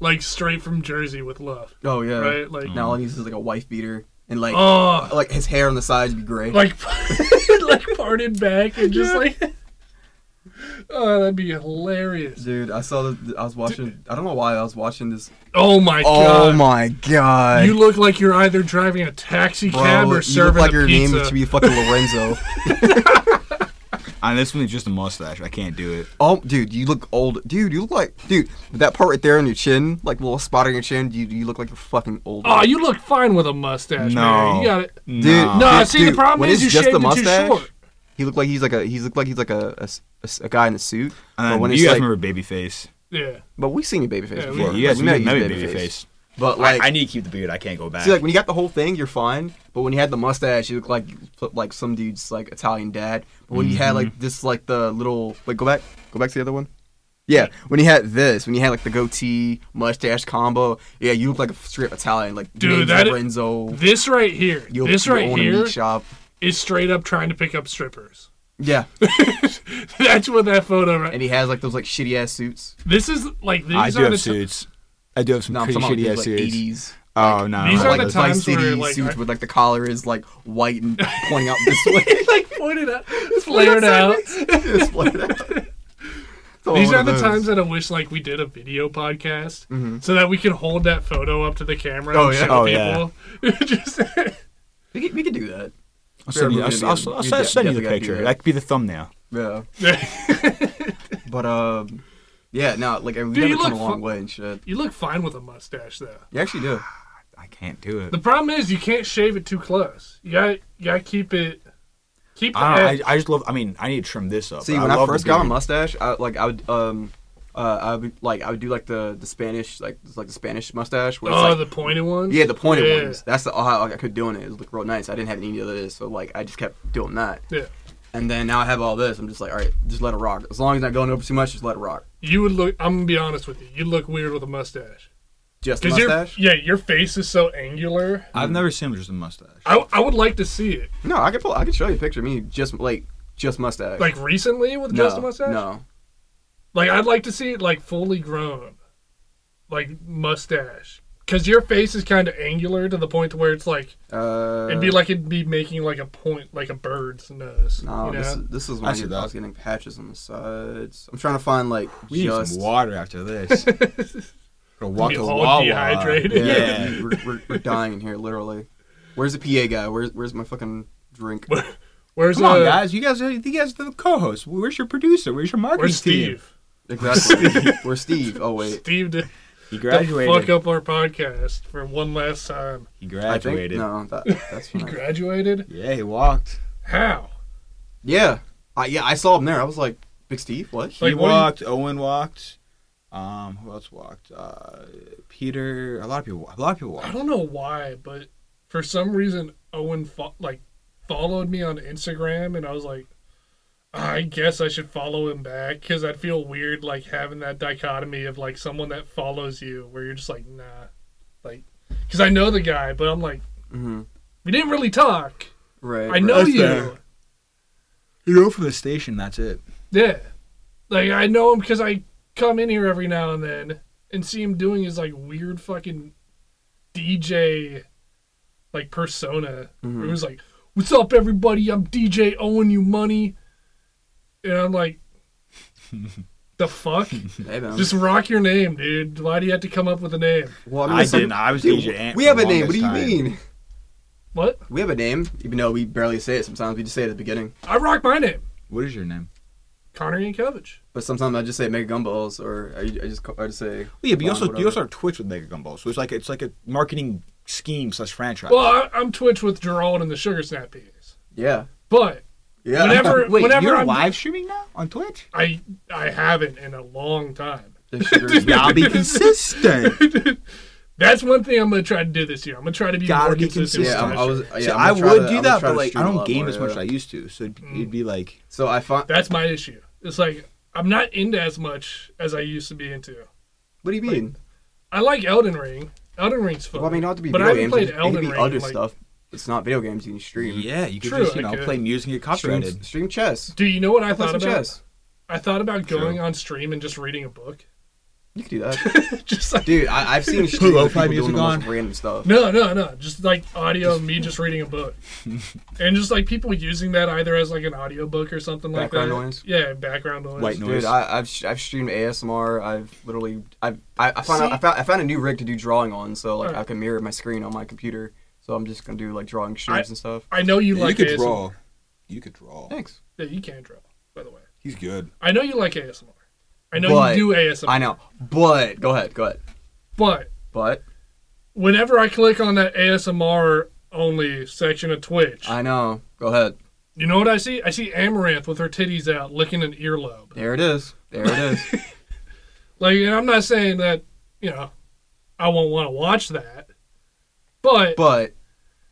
Speaker 2: like straight from Jersey with love,
Speaker 3: Oh yeah.
Speaker 2: right? Like
Speaker 3: Now all he uses is like a wife beater and like
Speaker 2: oh,
Speaker 3: like his hair on the sides would be gray.
Speaker 2: like like parted back and just like oh that'd be hilarious
Speaker 3: Dude, I saw that I was watching. I don't know why I was watching this.
Speaker 2: oh my god
Speaker 3: my god!
Speaker 2: you look like you're either driving a taxi
Speaker 3: Bro,
Speaker 2: cab
Speaker 3: you
Speaker 2: or
Speaker 3: look
Speaker 2: serving
Speaker 3: like
Speaker 2: a
Speaker 3: your
Speaker 2: pizza
Speaker 3: name should be fucking Lorenzo.
Speaker 4: On this one, it's just a mustache. I can't do it.
Speaker 3: oh, dude, you look old. Dude, you look like dude. That part right there on your chin, like little spot on your chin. You you look like you're fucking old.
Speaker 2: oh you look fine with a mustache man
Speaker 4: No.
Speaker 2: you got it
Speaker 4: Dude,
Speaker 2: no see the
Speaker 3: dude,
Speaker 2: problem
Speaker 3: when
Speaker 2: is
Speaker 3: it's
Speaker 2: you
Speaker 3: just
Speaker 2: shaved
Speaker 3: the
Speaker 2: it too
Speaker 3: mustache,
Speaker 2: short
Speaker 3: He looked like he's like a he looked like he's like a a, s- a s- a guy in a suit.
Speaker 4: Uh,
Speaker 3: but when
Speaker 4: you
Speaker 3: it's
Speaker 4: guys
Speaker 3: like,
Speaker 4: remember Babyface?
Speaker 2: yeah
Speaker 3: but we've seen your baby face
Speaker 2: Yeah, we-
Speaker 3: before.
Speaker 4: Yeah, you guys
Speaker 3: Like, we know
Speaker 4: remember
Speaker 3: you
Speaker 4: baby,
Speaker 3: babyface.
Speaker 4: face.
Speaker 3: But like,
Speaker 4: I, I need to keep the beard. I can't go back.
Speaker 3: see, like when you got the whole thing, you're fine. But when you had the mustache, you looked like like some dude's like Italian dad. But when you had
Speaker 2: Mm-hmm.
Speaker 3: like this, like the little wait, go back, go back to the other one. Yeah, when you had this, when you had like the goatee mustache combo, yeah, you look like a straight Italian, like
Speaker 2: Dude,
Speaker 3: name's
Speaker 2: that-
Speaker 3: Lorenzo.
Speaker 2: this right here
Speaker 3: you,
Speaker 2: this
Speaker 3: you
Speaker 2: right
Speaker 3: own a
Speaker 2: here
Speaker 3: meat shop.
Speaker 2: is straight up trying to pick up strippers
Speaker 3: Yeah,
Speaker 2: that's what that photo right
Speaker 3: and he has like those like shitty ass suits.
Speaker 2: this is like these
Speaker 4: I
Speaker 2: are
Speaker 4: do have
Speaker 2: the t-
Speaker 4: suits. I do have some
Speaker 3: No, I'm
Speaker 4: pretty
Speaker 3: talking about these,
Speaker 4: shitty ass
Speaker 3: like
Speaker 4: suits.
Speaker 3: eighties.
Speaker 4: Oh no,
Speaker 2: These
Speaker 4: I
Speaker 2: are
Speaker 4: like
Speaker 2: the
Speaker 4: those.
Speaker 2: type- times
Speaker 3: Vice City
Speaker 2: where, like,
Speaker 3: suits
Speaker 2: I-
Speaker 3: with like the collar is like white and pointing out this way.
Speaker 2: like pointed out flared out
Speaker 3: It's flared out. So
Speaker 2: These
Speaker 3: one
Speaker 2: are
Speaker 3: of
Speaker 2: the
Speaker 3: those. Mm-hmm.
Speaker 2: times that I wish like we did a video podcast so that we could hold that photo up to the camera
Speaker 3: Oh,
Speaker 2: and
Speaker 3: yeah.
Speaker 2: show
Speaker 4: Oh, yeah.
Speaker 2: people. Just-
Speaker 3: we could, we could do that.
Speaker 4: I'll send you, I'll, I'll, I'll,
Speaker 3: You
Speaker 4: send- send
Speaker 3: definitely
Speaker 4: you the
Speaker 3: gotta do
Speaker 4: picture.
Speaker 3: that.
Speaker 4: That could be the thumbnail.
Speaker 3: Yeah. But um, yeah, no, like we've
Speaker 2: Dude, you
Speaker 3: never
Speaker 2: look
Speaker 3: come a long
Speaker 2: fu-
Speaker 3: way and shit.
Speaker 2: you look fine with a mustache though.
Speaker 3: You actually do.
Speaker 4: I can't do it.
Speaker 2: The problem is you can't shave it too close. You gotta, you gotta keep it keep the
Speaker 4: I,
Speaker 2: edge.
Speaker 4: don't, I, I just love. I mean, I need to trim this up.
Speaker 3: See,
Speaker 4: but
Speaker 3: when
Speaker 4: I,
Speaker 3: I,
Speaker 4: love the
Speaker 3: first got my
Speaker 4: beard.
Speaker 3: mustache, I like I would um, Uh, I would like I would do like the the Spanish like it's like the Spanish mustache. Where it's,
Speaker 2: Oh,
Speaker 3: like-
Speaker 2: the pointed ones.
Speaker 3: yeah, the pointed
Speaker 2: Yeah.
Speaker 3: ones. That's the, oh, how I could doing it. It looked real nice. I didn't have any of this, so like I just kept doing that.
Speaker 2: Yeah.
Speaker 3: And then now I have all this. I'm just like, all right, just let it rock. As long as it's not going over too much, just let it rock.
Speaker 2: You would look. I'm gonna be honest with you. You look weird with a mustache.
Speaker 3: Just a
Speaker 2: Cause your
Speaker 3: mustache.
Speaker 2: yeah, your face is so angular.
Speaker 4: I've never seen him just a mustache.
Speaker 2: I, I would like to see it.
Speaker 3: No, I could pull. I could show you a picture of me just like just mustache.
Speaker 2: Like recently with
Speaker 3: no,
Speaker 2: just a mustache.
Speaker 3: No,
Speaker 2: Like I'd like to see it like fully grown, like mustache. Cause your face is kind of angular to the point to where it's like
Speaker 3: uh,
Speaker 2: it'd be like it'd be making like a point like a bird's nose.
Speaker 3: No,
Speaker 2: you know?
Speaker 3: this, is- this is when
Speaker 4: I
Speaker 3: I,
Speaker 4: see
Speaker 3: get- I
Speaker 4: that.
Speaker 3: was getting patches on the sides. I'm trying to find like
Speaker 4: We need
Speaker 3: just
Speaker 4: some water after this. Gonna walk
Speaker 2: Be
Speaker 4: to
Speaker 2: all
Speaker 4: Wawa.
Speaker 2: dehydrated.
Speaker 3: Yeah,
Speaker 4: Yeah.
Speaker 3: dude, We're, we're, we're dying in here, literally. Where's the PA guy? Where's where's my fucking drink?
Speaker 2: Where's
Speaker 4: Come on,
Speaker 2: uh,
Speaker 4: guys. You guys, you guys are the co-host. Where's your producer? Where's your marketing
Speaker 2: Where's
Speaker 4: team?
Speaker 2: Steve?
Speaker 3: Exactly. Where's Steve? Oh wait,
Speaker 2: Steve to
Speaker 4: He
Speaker 2: fuck
Speaker 4: graduated.
Speaker 2: up our podcast for one last time.
Speaker 4: He
Speaker 3: I think
Speaker 4: graduated.
Speaker 3: no, that, that's
Speaker 2: He
Speaker 3: fine.
Speaker 2: graduated.
Speaker 4: Yeah, he walked.
Speaker 2: How?
Speaker 3: Yeah, I, yeah, I saw him there. I was like, Big Steve, what?
Speaker 4: He
Speaker 2: Like, what do you-
Speaker 4: walked. Owen walked. Um, who else walked? Uh, Peter. A lot of people. wa- A lot of people
Speaker 2: I
Speaker 4: walked.
Speaker 2: don't know why, but for some reason Owen fo- like followed me on Instagram, and I was like, I guess I should follow him back because I'd feel weird like having that dichotomy of like someone that follows you where you're just like nah, like because I know the guy, but I'm like
Speaker 3: hmm
Speaker 2: we didn't really talk.
Speaker 3: Right.
Speaker 2: I know
Speaker 4: That's
Speaker 2: you.
Speaker 4: fair. You know, from the station. That's it.
Speaker 2: Yeah. Like I know him because I come in here every now and then and see him doing his like weird fucking DJ like persona. Where he
Speaker 3: Hmm. Mm-hmm.
Speaker 2: was like, "What's up, everybody? I'm DJ owing you money," and I'm like, "The fuck?
Speaker 3: Hey, man.
Speaker 2: Just rock your name, dude. Why do you have to come up with a name?
Speaker 3: well,
Speaker 4: I
Speaker 3: some-
Speaker 4: didn't. I was
Speaker 3: Dude,
Speaker 4: DJ Ant
Speaker 3: We
Speaker 4: for
Speaker 3: have
Speaker 4: the
Speaker 3: a name. What do you
Speaker 4: longest time.
Speaker 3: mean?
Speaker 2: What?
Speaker 3: We have a name, even though we barely say it. Sometimes we just say it at the beginning.
Speaker 2: I rock my name,
Speaker 4: What is your name?
Speaker 2: Connor Yankovic.
Speaker 3: But sometimes I just say Mega Gumballs, or I, I just ca- I just say.
Speaker 4: Well, yeah, but
Speaker 3: Fine,
Speaker 4: you also you
Speaker 3: whatever.
Speaker 4: also are Twitch with Mega Gumball, so it's like it's like a marketing scheme slash franchise.
Speaker 2: Well, I, I'm Twitch with Gerald and the Sugar Snap Peas,
Speaker 3: Yeah.
Speaker 2: but
Speaker 3: Yeah.
Speaker 2: Whenever-
Speaker 4: Wait,
Speaker 2: whenever
Speaker 4: you're
Speaker 2: I'm-
Speaker 4: live streaming now on Twitch?
Speaker 2: I I haven't in a long time.
Speaker 3: The sugars-
Speaker 4: Gotta be consistent.
Speaker 2: That's one thing I'm gonna try to do this year. I'm gonna try to be
Speaker 4: Gotta
Speaker 2: more
Speaker 4: be
Speaker 2: consistent.
Speaker 3: Yeah, I'm-
Speaker 4: consistent.
Speaker 3: I was. Yeah,
Speaker 4: See,
Speaker 3: I'm
Speaker 4: I
Speaker 3: gonna try to-
Speaker 4: would
Speaker 3: I'm
Speaker 4: do
Speaker 3: gonna
Speaker 4: that,
Speaker 3: try to
Speaker 4: but like
Speaker 3: stream
Speaker 4: I
Speaker 3: a
Speaker 4: don't
Speaker 3: lot
Speaker 4: game
Speaker 3: more,
Speaker 4: as much
Speaker 3: yeah.
Speaker 4: as I used to, so it'd, be- it'd be like
Speaker 3: So I find.
Speaker 2: That's my issue. It's like I'm not into as much as I used to be into.
Speaker 3: What do you mean?
Speaker 2: I like Elden Ring. Elden Ring's fun.
Speaker 3: well, I mean, not to be
Speaker 2: but I
Speaker 3: video
Speaker 2: haven't played
Speaker 3: games. it
Speaker 2: Elden
Speaker 3: could be
Speaker 2: Ring.
Speaker 3: other
Speaker 2: like,
Speaker 3: stuff. It's not video games. You can stream.
Speaker 4: yeah, you could
Speaker 2: True,
Speaker 4: just you
Speaker 2: I
Speaker 4: know
Speaker 2: could.
Speaker 4: play music and get
Speaker 3: Stream,
Speaker 4: copyrighted.
Speaker 3: stream chess.
Speaker 2: Do you know what I
Speaker 3: Play
Speaker 2: thought
Speaker 3: some
Speaker 2: about?
Speaker 3: chess.
Speaker 2: I thought about
Speaker 4: True.
Speaker 2: going on stream and just reading a book.
Speaker 3: You could do that,
Speaker 2: just like
Speaker 3: dude. I, I've seen stream
Speaker 4: Lo-fi
Speaker 3: of people doing
Speaker 4: music
Speaker 3: the most
Speaker 4: on.
Speaker 3: random stuff.
Speaker 2: no, no, no. Just like audio of me just reading a book, and just like people using that either as like an audio book or something
Speaker 3: Background
Speaker 2: like that.
Speaker 3: noise?
Speaker 2: Yeah, background noise.
Speaker 4: White
Speaker 3: Dude,
Speaker 4: noise.
Speaker 3: I, I've sh- I've streamed ASMR. I've literally I've, I I found out,
Speaker 2: See?
Speaker 3: I found I found a new rig to do drawing on. So like
Speaker 2: Alright.
Speaker 3: I can mirror my screen on my computer. So I'm just gonna do like drawing streams and stuff.
Speaker 2: I know you
Speaker 4: Yeah,
Speaker 2: like
Speaker 4: you could
Speaker 2: ASMR.
Speaker 4: draw. You could draw.
Speaker 3: Thanks.
Speaker 2: Yeah, you can draw. By the way,
Speaker 4: He's good.
Speaker 2: I know you like ASMR. I know
Speaker 3: But-
Speaker 2: you do ASMR.
Speaker 3: I know, but go ahead, go ahead.
Speaker 2: But
Speaker 3: But
Speaker 2: whenever I click on that ASMR only section of Twitch,
Speaker 3: I know. Go ahead.
Speaker 2: you know what I see? I see Amaranth with her titties out licking an earlobe.
Speaker 3: There it is. There it is.
Speaker 2: Like, and I'm not saying that you know I won't want to watch that, but,
Speaker 3: but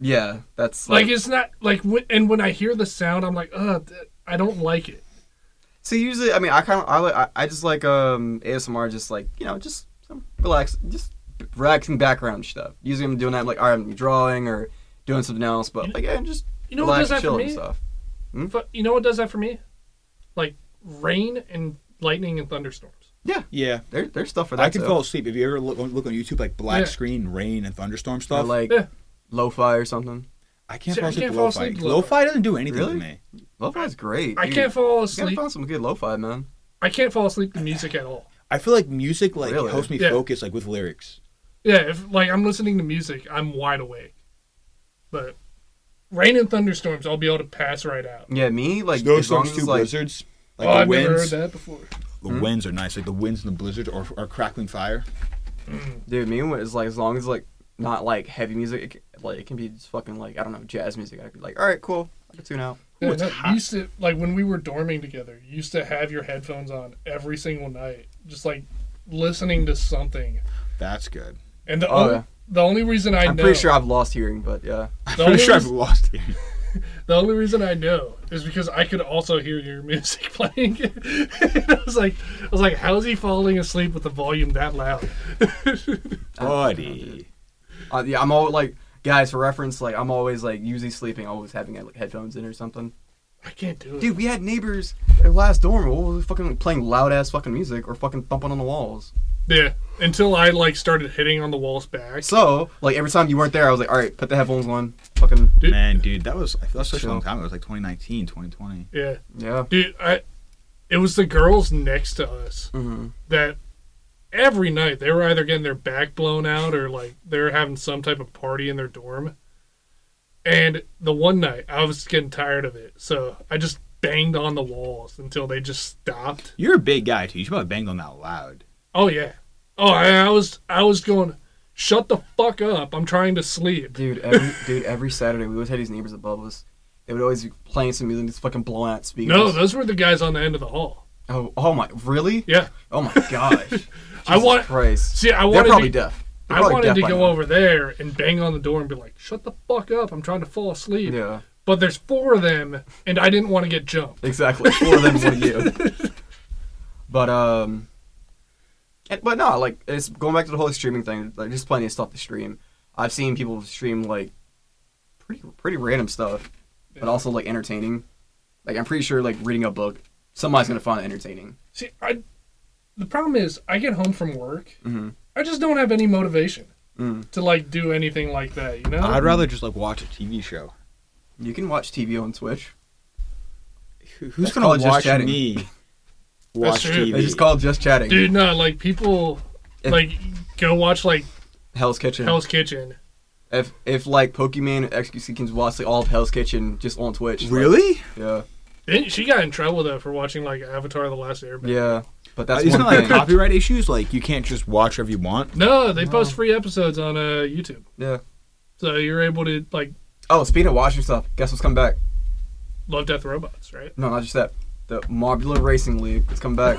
Speaker 3: yeah, that's
Speaker 2: like
Speaker 3: like,
Speaker 2: it's not like when, and when I hear the sound, I'm like, ugh, th- I don't like it.
Speaker 3: see. Usually, I mean, I kind of I, li- I I just like um ASMR, just like you know, just some relax, just relaxing background stuff. Usually, I'm doing that like all right, I'm drawing or doing something else, but like yeah, just
Speaker 2: You know what
Speaker 3: relax,
Speaker 2: does that
Speaker 3: chill
Speaker 2: for
Speaker 3: and
Speaker 2: me?
Speaker 3: stuff.
Speaker 2: Fu- You know what does that for me? Like rain and lightning and thunderstorms.
Speaker 4: Yeah.
Speaker 3: There, there's stuff for that.
Speaker 4: I can
Speaker 3: too.
Speaker 4: fall asleep. If you ever look, look on YouTube, like black
Speaker 2: Yeah.
Speaker 4: screen, rain, and thunderstorm
Speaker 3: Or,
Speaker 4: stuff,
Speaker 3: like
Speaker 2: Yeah.
Speaker 3: lo-fi or something.
Speaker 4: I can't
Speaker 2: See,
Speaker 4: fall
Speaker 2: I
Speaker 4: asleep
Speaker 2: can't
Speaker 4: to
Speaker 2: fall
Speaker 4: lo-fi.
Speaker 2: asleep to lo-fi.
Speaker 4: Lo-fi doesn't do anything
Speaker 3: Really?
Speaker 4: to me.
Speaker 3: Lo-fi's great.
Speaker 2: I
Speaker 3: dude.
Speaker 2: can't fall
Speaker 3: You gotta
Speaker 2: asleep.
Speaker 3: find some good lo-fi, man.
Speaker 2: I can't fall asleep to music at all.
Speaker 4: I feel like music like
Speaker 3: Really?
Speaker 4: helps me
Speaker 2: Yeah.
Speaker 4: focus like with lyrics.
Speaker 2: Yeah, if like I'm listening to music, I'm wide awake. But rain and thunderstorms, I'll be able to pass right out.
Speaker 3: Yeah, me like as long
Speaker 4: Snowstorms
Speaker 3: as
Speaker 4: too,
Speaker 3: like
Speaker 4: blizzards. Like
Speaker 2: oh,
Speaker 4: the
Speaker 2: I've
Speaker 4: winds.
Speaker 2: never heard that Hmm? before.
Speaker 4: The winds are nice. Like the winds and the blizzards are, are crackling fire.
Speaker 3: Dude, me was like as long as like not like heavy music, it, can- like it can be just fucking like I don't know jazz music. I'd be like, all right, cool, I can tune out.
Speaker 2: Yeah,
Speaker 4: it's
Speaker 2: no, you
Speaker 4: hot.
Speaker 2: used to like when we were dorming together. You used to have your headphones on every single night, just like listening to something.
Speaker 4: That's good.
Speaker 2: And the
Speaker 3: Oh,
Speaker 2: on-
Speaker 3: yeah.
Speaker 2: the only reason I
Speaker 3: I'm
Speaker 2: know
Speaker 3: pretty sure I've lost hearing, but yeah.
Speaker 4: I'm
Speaker 2: The
Speaker 4: pretty
Speaker 2: only
Speaker 4: sure I've
Speaker 2: reason-
Speaker 4: lost you.
Speaker 2: the only reason I know is because I could also hear your music playing. And I was like, I was like, how is he falling asleep with the volume that loud?
Speaker 4: Buddy.
Speaker 3: Uh, yeah, I'm always like, guys, for reference, like I'm always like usually sleeping, always having like headphones in or something.
Speaker 2: I can't do it.
Speaker 3: Dude, we had neighbors at last dorm who were fucking playing loud ass fucking music or fucking thumping on the walls.
Speaker 2: Yeah, until I like started hitting on the walls back.
Speaker 3: So like every time you weren't there, I was like, all right, put the headphones on, fucking
Speaker 2: Dude.
Speaker 4: Man, dude, that was that was such a long
Speaker 3: Chill.
Speaker 4: time ago. It was like 2019, 2020.
Speaker 2: Yeah,
Speaker 3: yeah.
Speaker 2: dude, I it was the girls next to us
Speaker 3: Mm-hmm.
Speaker 2: that every night they were either getting their back blown out or like they were having some type of party in their dorm. And the one night I was getting tired of it, so I just banged on the walls until they just stopped.
Speaker 4: You're a big guy too. You should probably bang on that loud.
Speaker 2: Oh yeah, oh I, I was I was going, shut the fuck up! I'm trying to sleep.
Speaker 3: Dude, every, dude, every Saturday we always had these neighbors above us. They would always be playing some music, just fucking blowing out speakers.
Speaker 2: No, those were the guys on the end of the hall.
Speaker 3: oh, oh my, really?
Speaker 2: Yeah,
Speaker 3: Oh my gosh.
Speaker 2: I
Speaker 3: Jesus
Speaker 2: want-
Speaker 3: Christ.
Speaker 2: see, I
Speaker 3: They're
Speaker 2: wanted
Speaker 3: probably
Speaker 2: to,
Speaker 3: deaf. They're
Speaker 2: I
Speaker 3: probably
Speaker 2: wanted
Speaker 3: deaf
Speaker 2: to
Speaker 3: by
Speaker 2: go
Speaker 3: now.
Speaker 2: over there and bang on the door and be like, "Shut the fuck up! I'm trying to fall asleep."
Speaker 3: Yeah,
Speaker 2: But there's four of them, and I didn't want to get jumped.
Speaker 3: exactly. Four of them, one of you. But um, and, but no, like it's going back to the whole streaming thing. Like, just plenty of stuff to stream. I've seen people stream like pretty pretty random stuff, but also like entertaining. Like I'm pretty sure like reading a book, somebody's gonna find it entertaining.
Speaker 2: See, I the problem is I get home from work,
Speaker 3: Mhm.
Speaker 2: I just don't have any motivation
Speaker 3: Mm.
Speaker 2: to like do anything like that. You know?
Speaker 4: I'd rather just like watch a TV show.
Speaker 3: You can watch TV on Twitch.
Speaker 4: Who's
Speaker 3: That's
Speaker 4: gonna
Speaker 3: called just
Speaker 4: watch
Speaker 3: chatting.
Speaker 4: me watch
Speaker 2: true.
Speaker 4: TV?
Speaker 3: It's just called just chatting.
Speaker 2: Dude, no, like people
Speaker 3: If-
Speaker 2: like go watch like
Speaker 3: Hell's Kitchen.
Speaker 2: Hell's Kitchen.
Speaker 3: If if like Pokemon or XQC can watch like, all of Hell's Kitchen just on Twitch. like,
Speaker 4: really?
Speaker 3: yeah.
Speaker 2: Didn't she got in trouble though for watching like Avatar: The Last Airbender?
Speaker 3: Yeah. But that's
Speaker 4: Isn't it
Speaker 3: one
Speaker 4: like
Speaker 3: thing.
Speaker 4: copyright issues? Like you can't just watch whatever you want.
Speaker 2: No, they post free episodes on uh, YouTube,
Speaker 3: yeah.
Speaker 2: so you're able to like
Speaker 3: Oh, speaking of watching stuff, guess what's coming back?
Speaker 2: Love Death Robots, right?
Speaker 3: No, not just that. The Marbula Racing League has come back.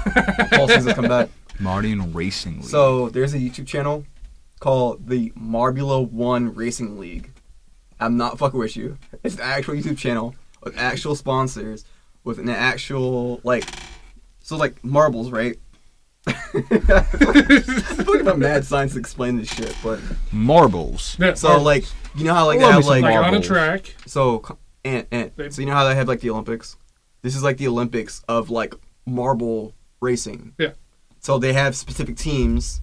Speaker 3: All seasons come back.
Speaker 4: Martian Racing League.
Speaker 3: So there's a YouTube channel called the Marbula One Racing League. I'm not fucking with you. It's an actual YouTube channel with actual sponsors, with an actual like, so like marbles, right? Fucking a mad science to explain this shit, but
Speaker 4: marbles.
Speaker 2: Yeah,
Speaker 3: so like you know how like
Speaker 4: I
Speaker 3: they
Speaker 4: love
Speaker 3: have
Speaker 4: me some
Speaker 3: like
Speaker 2: like on a
Speaker 4: marbles.
Speaker 2: track.
Speaker 3: So, c- and, and
Speaker 2: They-
Speaker 3: so you know how they have like the Olympics. This is like the Olympics of like marble racing.
Speaker 2: Yeah.
Speaker 3: So they have specific teams,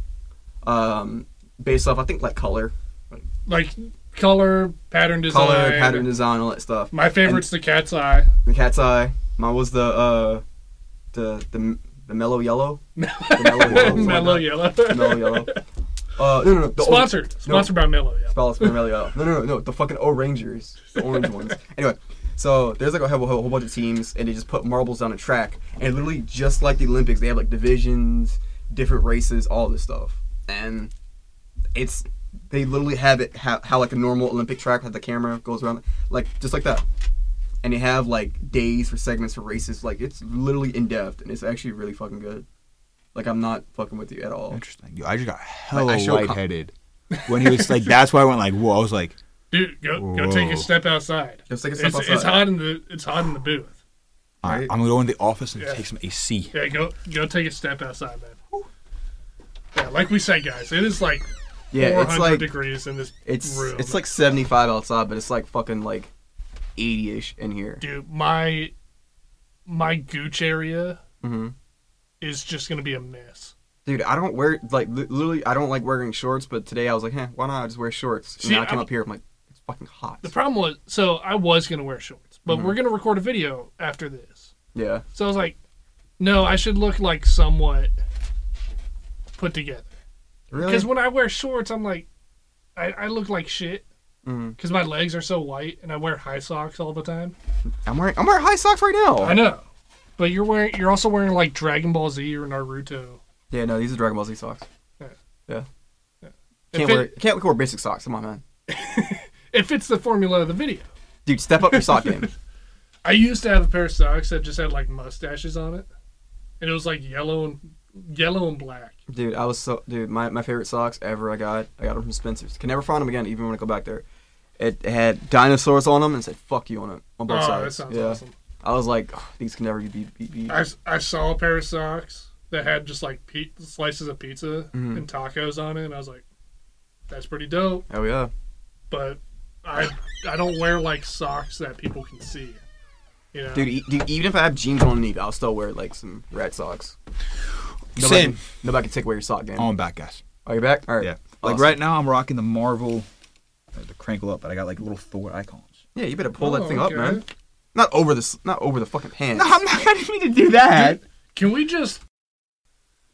Speaker 3: um, based off I think like color,
Speaker 2: like color, pattern design.
Speaker 3: color, pattern design, all that stuff.
Speaker 2: My favorite's the cat's eye.
Speaker 3: The cat's eye. Mine was the uh, the the the mellow yellow. the mellow something like
Speaker 2: Mellow
Speaker 3: Oh, that.
Speaker 2: yellow.
Speaker 3: Mellow yellow. Uh, no, no, no. The old-
Speaker 2: Sponsored. Sponsored by Mellow Yellow.
Speaker 3: Spell it really out. No, no, no, no. The fucking O Rangers, the orange ones. Anyway, so there's like a whole, whole bunch of teams, and they just put marbles down a track, and literally just like the Olympics, they have like divisions, different races, all this stuff, and it's they literally have it how, how like a normal Olympic track had the camera goes around like just like that, and they have like days for segments for races. Like it's literally in depth, and it's actually really fucking good. Like I'm not fucking with you at all.
Speaker 4: Interesting. Yo, I just got hella
Speaker 3: Like, I show com-
Speaker 4: lightheaded when he was like. That's why I went like, whoa. I was like,
Speaker 2: Dude, go go take
Speaker 4: Whoa.
Speaker 2: a step outside.
Speaker 3: Just take a step
Speaker 2: It's,
Speaker 3: outside.
Speaker 2: it's hot in the it's hot in the booth.
Speaker 4: all right,
Speaker 3: Right.
Speaker 4: I'm gonna go in the office and
Speaker 2: Yeah.
Speaker 4: take some AC.
Speaker 2: Yeah, go go take a step outside, man. Yeah, like we said, guys, it is like
Speaker 3: Yeah,
Speaker 2: 400
Speaker 3: it's like
Speaker 2: degrees in this
Speaker 3: It's
Speaker 2: room.
Speaker 3: it's like 75 outside, but it's like fucking like 80ish in here.
Speaker 2: dude, my my gooch area
Speaker 3: Mhm.
Speaker 2: is just gonna be a mess.
Speaker 3: Dude, I don't wear like li- literally I don't like wearing shorts, but today I was like, "Huh, why not I just wear shorts?" And
Speaker 2: See,
Speaker 3: now I came
Speaker 2: I'm-
Speaker 3: up here I'm like, "It's fucking hot."
Speaker 2: The problem was, so I was gonna wear shorts, but
Speaker 3: Mm-hmm.
Speaker 2: we're gonna record a video after this.
Speaker 3: yeah.
Speaker 2: So I was like, no, I should look like somewhat put together.
Speaker 3: Really?
Speaker 2: Because when I wear shorts, I'm like, I, I look like shit.
Speaker 3: Mhm.
Speaker 2: Because my legs are so white and I wear high socks all the time.
Speaker 3: I'm wearing I'm wearing high socks right
Speaker 2: I
Speaker 3: now.
Speaker 2: know. But you're wearing, you're also wearing like Dragon Ball Z or Naruto.
Speaker 3: Yeah, no, these are Dragon Ball Z socks.
Speaker 2: Yeah.
Speaker 3: Yeah.
Speaker 2: Yeah.
Speaker 3: Can't
Speaker 2: If it-
Speaker 3: wear can't wear basic socks. Come on, man.
Speaker 2: It fits the formula of the video.
Speaker 3: Dude, step up your sock game.
Speaker 2: I used to have a pair of socks that just had like mustaches on it, and it was like yellow and yellow and black.
Speaker 3: Dude, I was so dude. My, my favorite socks ever. I got I got them from Spencer's. Can never find them again, even when I go back there. It had dinosaurs on them and said "fuck you" on it on
Speaker 2: Oh,
Speaker 3: both
Speaker 2: that
Speaker 3: sides.
Speaker 2: sounds
Speaker 3: yeah,
Speaker 2: awesome.
Speaker 3: I was like, "Ugh, these can never be beat. beat, beat."
Speaker 2: I, I saw a pair of socks that had just like pe- slices of pizza
Speaker 3: Mhm.
Speaker 2: and tacos on it, and I was like, "That's pretty dope."
Speaker 3: Oh yeah,
Speaker 2: But I I don't wear like socks that people can see. You know,
Speaker 3: dude, e- dude. Even if I have jeans underneath, I'll still wear like some rat socks. Nobody
Speaker 4: Same.
Speaker 3: Can, nobody can take away your sock game.
Speaker 4: Oh, I'm back, guys.
Speaker 3: Are you back? All right.
Speaker 4: Yeah. Like
Speaker 3: Awesome.
Speaker 4: right now, I'm rocking the Marvel, uh, the crankle up, but I got like little Thor icons.
Speaker 3: Yeah, you better pull
Speaker 2: Oh,
Speaker 3: that thing
Speaker 2: okay.
Speaker 3: up, man. Not over this. Not over the fucking hand.
Speaker 4: No, I'm not. I didn't mean to do that.
Speaker 2: Can we just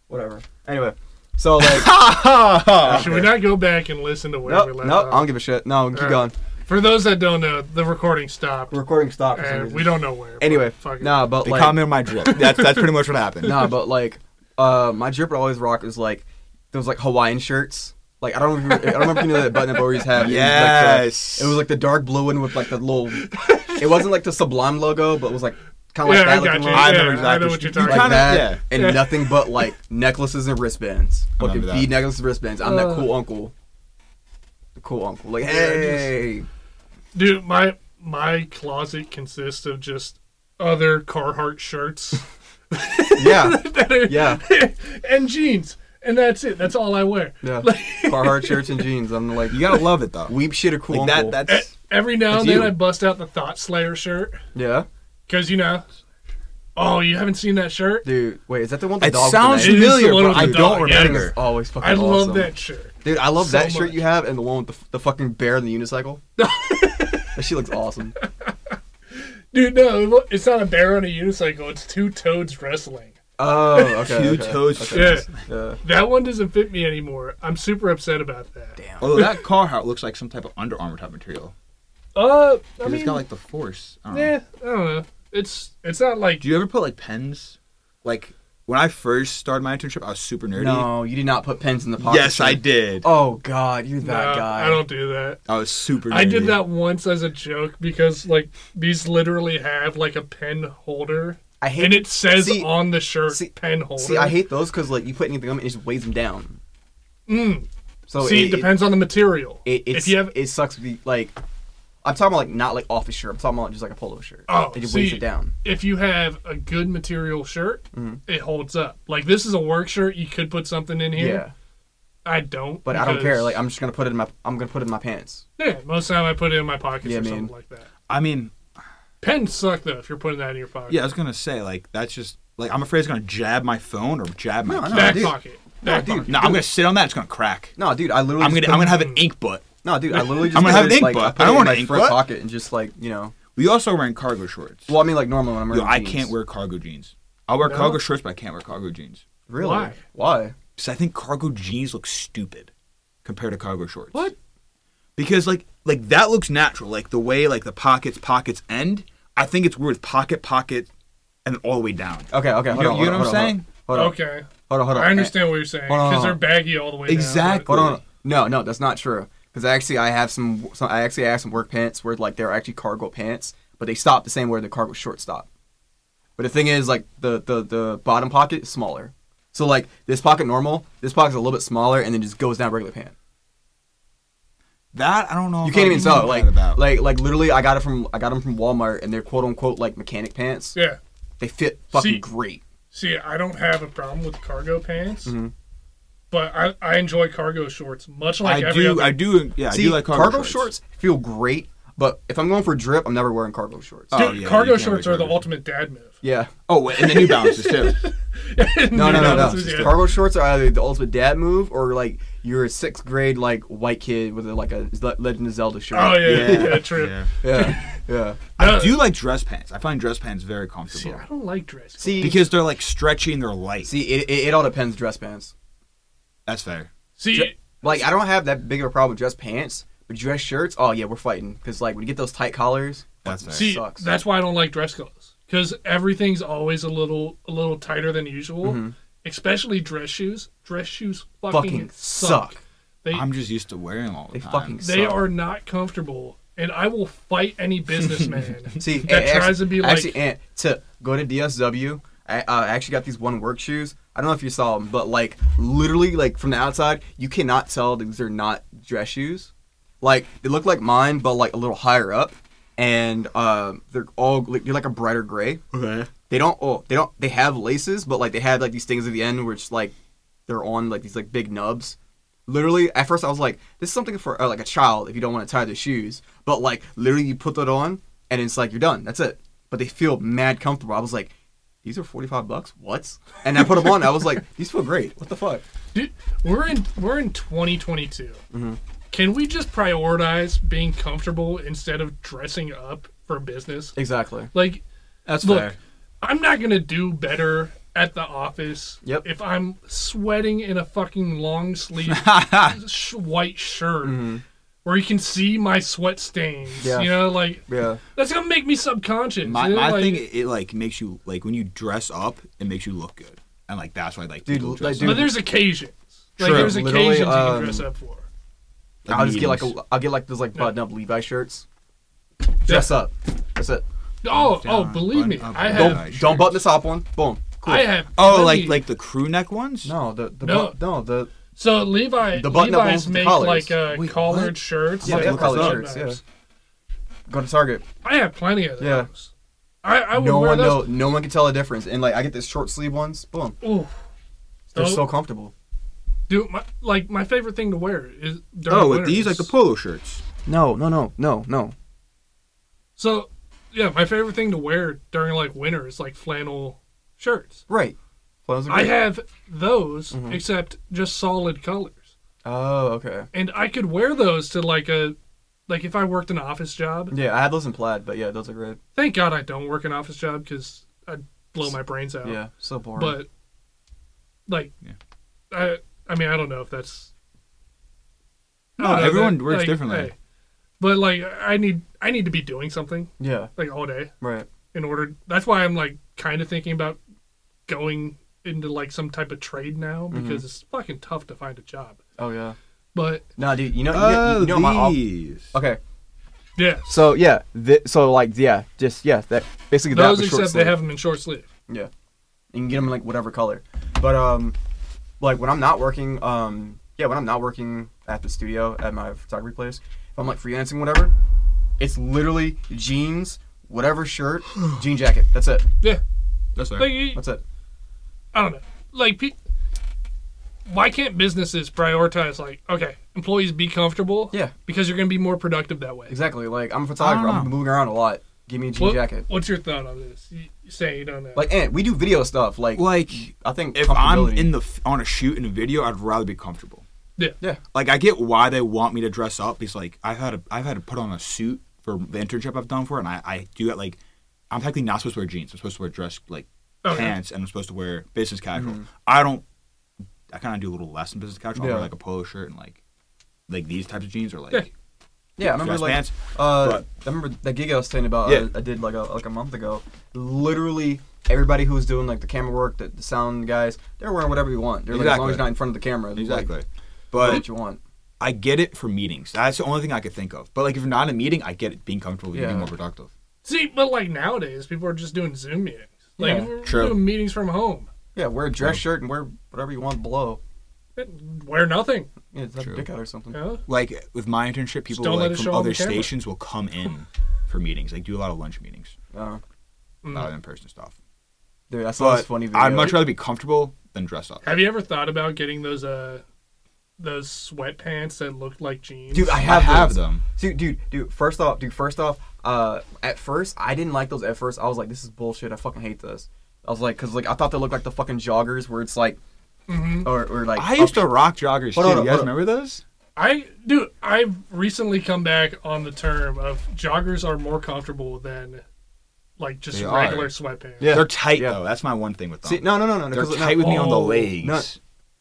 Speaker 3: Whatever. Anyway, so like,
Speaker 2: should we not go back and listen to where
Speaker 3: no,
Speaker 2: we left
Speaker 3: no, I
Speaker 2: off?
Speaker 3: don't give a shit. No, keep
Speaker 2: All right.
Speaker 3: going.
Speaker 2: For those that don't know, the recording stopped,
Speaker 3: We're recording stock. For some
Speaker 2: and
Speaker 3: reason.
Speaker 2: we don't know where. but
Speaker 3: Anyway,
Speaker 2: fuck it.
Speaker 3: nah, but
Speaker 4: They
Speaker 3: like,
Speaker 4: comment on my drip. That's that's pretty much what happened.
Speaker 3: nah, but like, uh, my drip would always rock is like those like Hawaiian shirts. Like I don't remember, I don't remember if you know that button up always have.
Speaker 4: Yes.
Speaker 3: It was, like the, it was like the dark blue one with like the little. It wasn't like the Sublime logo, but it was like kind of
Speaker 2: yeah, I
Speaker 3: like that
Speaker 2: got
Speaker 3: looking
Speaker 2: you.
Speaker 3: logo.
Speaker 4: I
Speaker 2: yeah,
Speaker 4: remember
Speaker 2: I know
Speaker 4: exactly
Speaker 2: what you're
Speaker 4: what you-
Speaker 2: talking
Speaker 3: Like
Speaker 4: you
Speaker 2: about.
Speaker 4: kinda-
Speaker 3: that,
Speaker 4: yeah.
Speaker 3: and
Speaker 2: Yeah.
Speaker 3: nothing but like necklaces and wristbands. Fucking
Speaker 4: remember that.
Speaker 3: bead necklaces, wristbands. I'm that
Speaker 2: Uh.
Speaker 3: cool uncle. The cool uncle. Like,
Speaker 2: I just-
Speaker 3: hey,
Speaker 2: Dude, my my closet consists of just other Carhartt shirts
Speaker 3: yeah,
Speaker 2: that are,
Speaker 3: yeah,
Speaker 2: and jeans, and that's it. That's all I wear.
Speaker 3: yeah.
Speaker 2: Like-
Speaker 3: Carhartt shirts and jeans. I'm like,
Speaker 4: You gotta love it though.
Speaker 3: weep shit or cool
Speaker 4: Like
Speaker 3: uncle.
Speaker 4: that. That's
Speaker 2: Every now and
Speaker 4: That's
Speaker 2: then,
Speaker 4: you.
Speaker 2: I bust out the Thought Slayer shirt
Speaker 3: yeah,
Speaker 2: because you know, oh, you haven't seen that shirt?
Speaker 3: dude. Wait, is that the one? with The
Speaker 4: it
Speaker 3: dog with the
Speaker 4: sounds
Speaker 3: name?
Speaker 2: It is
Speaker 4: familiar,
Speaker 2: the one
Speaker 4: but
Speaker 2: with
Speaker 4: I
Speaker 2: the
Speaker 4: don't
Speaker 2: dog, yeah.
Speaker 4: remember.
Speaker 3: It's always fucking.
Speaker 2: I love
Speaker 3: awesome.
Speaker 2: that shirt.
Speaker 3: dude. I love
Speaker 2: so
Speaker 3: that shirt
Speaker 2: much.
Speaker 3: you have, and the one with the, f- the fucking bear and the unicycle. that shit looks awesome.
Speaker 2: Dude, no, it lo- it's not a bear on a unicycle. It's two toads wrestling.
Speaker 3: Oh, okay.
Speaker 4: Two
Speaker 3: okay,
Speaker 4: toes.
Speaker 3: okay.
Speaker 2: Yeah,
Speaker 3: Yeah.
Speaker 2: that one doesn't fit me anymore. I'm super upset about that.
Speaker 3: Damn.
Speaker 4: Although Oh, that Carhartt looks like some type of Under Armour type material.
Speaker 2: Uh, I
Speaker 4: 'Cause
Speaker 2: mean,
Speaker 4: it's got like the force. I don't know.
Speaker 2: yeah, I don't know. It's it's not like
Speaker 4: Do you ever put like pens? Like when I first started my internship, I was super nerdy.
Speaker 3: No, you did not put pens in the pocket.
Speaker 4: yes, I did.
Speaker 3: Oh God, you're
Speaker 2: no,
Speaker 3: that guy.
Speaker 2: uh, I don't do that.
Speaker 4: I was super. nerdy.
Speaker 2: I did that once as a joke because like these literally have like a pen holder
Speaker 3: I hate
Speaker 2: and it says
Speaker 3: see-
Speaker 2: on the shirt
Speaker 3: see-
Speaker 2: pen holder.
Speaker 3: See, I hate those because like you put anything on it, it just weighs them down.
Speaker 2: Mm.
Speaker 3: So
Speaker 2: see,
Speaker 3: it,
Speaker 2: it depends on the material.
Speaker 3: It, it,
Speaker 2: if you have
Speaker 3: it sucks. be- Like I'm talking about like not like office shirt. I'm talking about just like a polo shirt.
Speaker 2: Oh,
Speaker 3: it just
Speaker 2: see.
Speaker 3: weighs it down.
Speaker 2: if you have a good material shirt,
Speaker 3: Mm.
Speaker 2: it holds up. Like this is a work shirt. You could put something in here.
Speaker 3: Yeah,
Speaker 2: I don't.
Speaker 3: but I don't care.
Speaker 2: because-
Speaker 3: Like I'm just gonna put it in my. I'm gonna put it in my pants.
Speaker 2: yeah, most time I put it in my pockets
Speaker 3: Yeah,
Speaker 2: or something
Speaker 3: man.
Speaker 2: like that.
Speaker 4: I mean,
Speaker 2: Pens suck though if you're putting that in your pocket.
Speaker 4: yeah, I was gonna say like that's just like I'm afraid it's gonna jab my phone or jab my.
Speaker 3: No, no.
Speaker 4: key.
Speaker 2: back
Speaker 3: dude.
Speaker 2: pocket. Back
Speaker 3: dude.
Speaker 2: pocket.
Speaker 4: No, I'm gonna sit on that. It's gonna crack.
Speaker 3: No, dude, I literally.
Speaker 4: I'm
Speaker 3: just
Speaker 4: gonna
Speaker 3: put-
Speaker 4: I'm gonna have an ink butt.
Speaker 3: No, dude, I literally just
Speaker 4: I'm gonna
Speaker 3: put
Speaker 4: have
Speaker 3: it,
Speaker 4: an ink
Speaker 3: like, I
Speaker 4: butt.
Speaker 3: put
Speaker 4: I don't
Speaker 3: it in
Speaker 4: want
Speaker 3: my
Speaker 4: an ink
Speaker 3: front
Speaker 4: butt.
Speaker 3: pocket and just like you know.
Speaker 4: We also wearing cargo shorts.
Speaker 3: Well, I mean like normal when I'm
Speaker 4: Yo,
Speaker 3: wearing.
Speaker 4: I
Speaker 3: jeans.
Speaker 4: can't wear cargo jeans. I wear
Speaker 2: No?
Speaker 4: cargo shorts, but I can't wear cargo jeans.
Speaker 3: Really?
Speaker 2: Why?
Speaker 3: Why?
Speaker 4: Because I think cargo jeans look stupid compared to cargo shorts.
Speaker 3: What?
Speaker 4: Because like like that looks natural. Like the way like the pockets pockets end. I think it's weird. Pocket pocket, and then all the way down.
Speaker 3: Okay, okay. Hold
Speaker 4: You-
Speaker 3: on, hold on,
Speaker 4: you know what
Speaker 3: hold
Speaker 4: I'm
Speaker 3: on,
Speaker 4: saying?
Speaker 3: Hold on.
Speaker 2: Okay.
Speaker 3: Hold on. Hold on.
Speaker 2: I understand what you're saying
Speaker 3: Hold on,
Speaker 2: because
Speaker 3: hold
Speaker 2: they're
Speaker 3: on.
Speaker 2: baggy all the way.
Speaker 4: Exactly.
Speaker 2: Down,
Speaker 3: Hold on. No, no, that's not true. Because actually, I have some, some. I actually have some work pants where like they're actually cargo pants, but they stop the same way the cargo shorts stop. But the thing is, like the the the bottom pocket is smaller. So like this pocket normal, this pocket's a little bit smaller, and then just goes down regular pant.
Speaker 4: That I don't know.
Speaker 3: You
Speaker 4: if
Speaker 3: can't
Speaker 4: I
Speaker 3: even tell.
Speaker 4: know
Speaker 3: Like
Speaker 4: that about.
Speaker 3: like like literally, I got it from I got them from Walmart, and they're quote unquote like mechanic pants.
Speaker 2: but- yeah.
Speaker 3: They fit fucking
Speaker 2: See-
Speaker 3: great.
Speaker 2: See, I don't have a problem with cargo pants,
Speaker 3: Mm-hmm.
Speaker 2: but I, I enjoy cargo shorts much like
Speaker 4: I
Speaker 2: every
Speaker 4: do.
Speaker 2: other.
Speaker 4: I do. Yeah, I
Speaker 3: See,
Speaker 4: do like cargo, shorts.
Speaker 3: feel great, but if I'm going for drip, I'm never wearing cargo shorts.
Speaker 4: Oh,
Speaker 2: Dude,
Speaker 4: yeah, you
Speaker 2: cargo
Speaker 4: can't
Speaker 2: shorts
Speaker 4: wear
Speaker 2: are the
Speaker 4: cargo
Speaker 2: ultimate dad move.
Speaker 3: Yeah.
Speaker 4: Oh, wait, and the New Balances too.
Speaker 3: No, no, no, no.
Speaker 2: this is- yeah.
Speaker 3: Cargo shorts are either the ultimate dad move or like you're a sixth grade like white kid with a, like a Z- Legend of Zelda shirt.
Speaker 2: Oh yeah, yeah,
Speaker 4: Yeah.
Speaker 2: true.
Speaker 4: Yeah.
Speaker 3: yeah, yeah.
Speaker 4: I
Speaker 2: Uh,
Speaker 4: do like dress pants. I find dress pants very
Speaker 2: See,
Speaker 4: comfortable
Speaker 2: I don't like dress.
Speaker 3: See,
Speaker 4: because they're like stretchy and they're light.
Speaker 3: see, it, it, it all depends dress pants.
Speaker 4: That's fair.
Speaker 2: see,
Speaker 3: Dre- Like I don't have that big of a problem with dress pants, but dress shirts. Oh yeah, we're fighting because like when you get those tight collars,
Speaker 4: That's fair.
Speaker 2: see,
Speaker 3: sucks.
Speaker 2: that's why I don't like dress clothes because everything's always a little, a little tighter than usual. Especially dress shoes. Dress shoes fucking,
Speaker 3: fucking
Speaker 2: suck.
Speaker 3: suck.
Speaker 2: They
Speaker 4: I'm just used to wearing all the
Speaker 3: They
Speaker 4: time.
Speaker 3: fucking
Speaker 2: they
Speaker 3: suck.
Speaker 2: are not comfortable and I will fight any businessman
Speaker 3: See,
Speaker 2: that
Speaker 3: and
Speaker 2: tries
Speaker 3: actually,
Speaker 2: to be like.
Speaker 3: actually, and to go to DSW, I uh, actually got these one work shoes. I don't know if you saw them, but like literally, like from the outside, you cannot tell these are not dress shoes. Like they look like mine, but like a little higher up, and uh, they're all like, they're like a brighter gray.
Speaker 4: Okay.
Speaker 3: They don't. Oh, they don't. They have laces, but like they had like these things at the end, which like they're on like these like big nubs. Literally, at first I was like, "This is something for uh, like a child if you don't want to tie the shoes." But like, literally, you put that on, and it's like you're done. That's it. But they feel mad comfortable. I was like, "These are forty five bucks. What?" And I put them on. I was like, "These feel great. What the fuck?"
Speaker 2: Dude, we're in we're in 2022.
Speaker 3: Mm-hmm.
Speaker 2: Can we just prioritize being comfortable instead of dressing up for business?
Speaker 3: Exactly.
Speaker 2: Like,
Speaker 4: That's
Speaker 2: Look,
Speaker 4: fair.
Speaker 2: I'm not gonna do better at the office
Speaker 3: Yep.
Speaker 2: if I'm sweating in a fucking long sleeve sh- white shirt where you can see my sweat stains.
Speaker 3: Mm-hmm. Yeah.
Speaker 2: You know, like
Speaker 3: Yeah.
Speaker 2: that's gonna make me subconscious.
Speaker 4: My,
Speaker 2: you know,
Speaker 4: my
Speaker 2: like,
Speaker 4: thing, it, like makes you like when you dress up, it makes you look good, and like that's why like
Speaker 3: Dude,
Speaker 4: people
Speaker 3: like,
Speaker 4: dress
Speaker 3: dude,
Speaker 2: but
Speaker 4: up.
Speaker 2: there's occasions. Like
Speaker 4: True.
Speaker 2: there's
Speaker 3: Literally,
Speaker 2: occasions you can
Speaker 3: um,
Speaker 2: dress up for.
Speaker 4: Like
Speaker 3: I'll just get like
Speaker 4: meetings.
Speaker 3: a. I'll get like those like button up Levi shirts. Dress up. That's it.
Speaker 2: Oh, oh,
Speaker 4: down,
Speaker 2: believe me,
Speaker 4: button up,
Speaker 2: I
Speaker 4: button
Speaker 2: have,
Speaker 4: down.
Speaker 3: Don't don't button the top one. Boom. Cool.
Speaker 2: I have.
Speaker 4: oh,
Speaker 2: plenty-
Speaker 4: like like the crew neck ones.
Speaker 3: No, the the
Speaker 2: No.
Speaker 3: bu- no the
Speaker 2: So Levi,
Speaker 3: The button-up
Speaker 2: Levi's
Speaker 3: ones with the
Speaker 2: make
Speaker 3: collars.
Speaker 2: like uh,
Speaker 4: Wait,
Speaker 2: collared
Speaker 4: what?
Speaker 2: shirts.
Speaker 3: Yeah,
Speaker 2: like
Speaker 3: they have collared
Speaker 2: button-ups.
Speaker 3: shirts, go to Target.
Speaker 2: I have plenty of those.
Speaker 3: Yeah.
Speaker 2: I, I would
Speaker 3: no
Speaker 2: wear
Speaker 3: one
Speaker 2: those.
Speaker 3: know, no one can tell the difference. And like I get the short sleeve ones, boom,
Speaker 2: Ooh,
Speaker 3: they're
Speaker 2: Oh.
Speaker 3: so comfortable.
Speaker 2: dude, my, like my favorite thing to wear is during
Speaker 4: Oh, with
Speaker 2: winter
Speaker 4: these
Speaker 2: is-
Speaker 4: like the polo shirts.
Speaker 3: No, no, no, no, no.
Speaker 2: So, yeah, my favorite thing to wear during like winter is like flannel shirts.
Speaker 3: Right. Flannels are
Speaker 2: I
Speaker 3: great. Mm-hmm.
Speaker 2: have those except just solid colors,
Speaker 3: oh, okay.
Speaker 2: and I could wear those to like a, like if I worked an office job.
Speaker 3: Yeah, I had those in plaid, but yeah, those are great.
Speaker 2: Thank God I don't work an office job because I'd blow my brains out.
Speaker 3: Yeah, so boring.
Speaker 2: but like
Speaker 4: Yeah.
Speaker 2: I I mean I don't know if that's I
Speaker 4: No,
Speaker 2: don't know,
Speaker 4: everyone
Speaker 2: that-
Speaker 4: works
Speaker 2: like,
Speaker 4: differently.
Speaker 2: hey. but like I need I need to be doing something
Speaker 3: yeah,
Speaker 2: like all day
Speaker 3: right.
Speaker 2: in order that's why I'm like kind of thinking about going into like some type of trade now
Speaker 4: Mm-hmm.
Speaker 2: because it's fucking tough to find a job
Speaker 3: Oh yeah.
Speaker 2: but
Speaker 3: No, dude, you know,
Speaker 4: Oh,
Speaker 3: you, you know my op-
Speaker 4: these.
Speaker 3: Okay,
Speaker 2: yeah
Speaker 3: so yeah, th- so like yeah, just yeah, that basically
Speaker 2: those
Speaker 3: that was short
Speaker 2: except they
Speaker 3: sleeve.
Speaker 2: have them in short sleeve
Speaker 3: Yeah. You can get them like whatever color. But um like when I'm not working um yeah, when I'm not working at the studio at my photography place, if I'm like freelancing whatever, it's literally jeans, whatever shirt, jean jacket. That's it.
Speaker 2: yeah
Speaker 4: That's fair.
Speaker 2: like you-
Speaker 3: That's it.
Speaker 2: I don't know. Like, pe- why can't businesses prioritize like, okay, employees be comfortable?
Speaker 3: Yeah.
Speaker 2: because you're going to be more productive that way.
Speaker 3: Exactly. Like I'm a photographer.
Speaker 4: I
Speaker 3: I'm
Speaker 4: don't
Speaker 3: moving around a lot. Give me a jean
Speaker 2: What-
Speaker 3: jacket.
Speaker 2: What's your thought on this? You, you say you don't know.
Speaker 3: Like and we do video stuff like
Speaker 4: like
Speaker 3: I think
Speaker 4: if I'm
Speaker 3: comfortability-
Speaker 4: in the f- on a shoot in a video, I'd rather be comfortable.
Speaker 2: yeah,
Speaker 3: Yeah.
Speaker 4: Like I get why they want me to dress up because like I've had a, I've had to put on a suit for the internship I've done for, it, and I I do it like I'm technically not supposed to wear jeans. I'm supposed to wear dress like
Speaker 2: Okay.
Speaker 4: pants, and I'm supposed to wear business casual. I don't. I kind of do a little less in business casual. I
Speaker 3: Mm-hmm. Yeah.
Speaker 4: wear like a polo shirt and like like these types of jeans or like
Speaker 2: Yeah.
Speaker 3: Yeah, I remember
Speaker 4: dress
Speaker 3: like
Speaker 4: pants,
Speaker 3: uh,
Speaker 4: but-
Speaker 3: I remember that gig I was telling you about. uh,
Speaker 4: Yeah.
Speaker 3: I, I did like a like a month ago. Literally everybody who was doing like the camera work, the, the sound guys, they're wearing whatever you want. They're like as long
Speaker 4: Exactly.
Speaker 3: as you're not in front of the camera, like,
Speaker 4: exactly.
Speaker 3: wear
Speaker 4: But
Speaker 3: what you want.
Speaker 4: I get it for meetings. That's the only thing I could think of. But like if you're not in a meeting, I get it being comfortable, yeah.
Speaker 3: Yeah.
Speaker 4: being more productive.
Speaker 2: See, but like nowadays, people are just doing Zoom meetings. Like
Speaker 3: Yeah,
Speaker 2: we're
Speaker 4: true.
Speaker 2: doing meetings from home.
Speaker 3: Yeah, wear a dress shirt and wear whatever you want below.
Speaker 2: Wear nothing.
Speaker 3: Yeah, it's like a
Speaker 4: True.
Speaker 3: dick out or something.
Speaker 2: You know?
Speaker 4: Like with my internship, people
Speaker 2: don't let
Speaker 4: like
Speaker 2: it
Speaker 4: from
Speaker 2: show on
Speaker 4: other
Speaker 2: the camera.
Speaker 4: stations will come in for meetings. Like do a lot of lunch meetings,
Speaker 3: Uh,
Speaker 4: a
Speaker 2: Mm.
Speaker 4: lot of in person stuff.
Speaker 3: dude, I saw this
Speaker 4: But
Speaker 3: funny video.
Speaker 4: I'd much rather be comfortable than dress up.
Speaker 2: Have you ever thought about getting those uh those sweatpants that look like jeans?
Speaker 3: Dude, I
Speaker 4: I
Speaker 3: have,
Speaker 4: have
Speaker 3: those.
Speaker 4: them.
Speaker 3: Dude, dude, dude. First off, dude. First off, uh, at first I didn't like those. At first, I was like, "This is bullshit. I fucking hate this." I was like, "Cause like I thought they looked like the fucking joggers, where it's like,
Speaker 2: Mhm.
Speaker 3: or or like."
Speaker 4: I used to rock joggers too.
Speaker 3: Hold on,
Speaker 4: you guys
Speaker 3: hold on.
Speaker 4: remember those?
Speaker 2: I do. I've recently come back on the term of joggers are more comfortable than like just
Speaker 4: They are.
Speaker 2: regular sweatpants.
Speaker 3: Yeah.
Speaker 4: They're tight
Speaker 3: Yeah.
Speaker 4: though. That's my one thing with them.
Speaker 3: See,
Speaker 2: Um,
Speaker 3: no, no, no, no, no.
Speaker 4: They're
Speaker 3: 'cause-
Speaker 4: tight
Speaker 3: no,
Speaker 4: with me on the
Speaker 2: Oh.
Speaker 4: legs.
Speaker 3: No.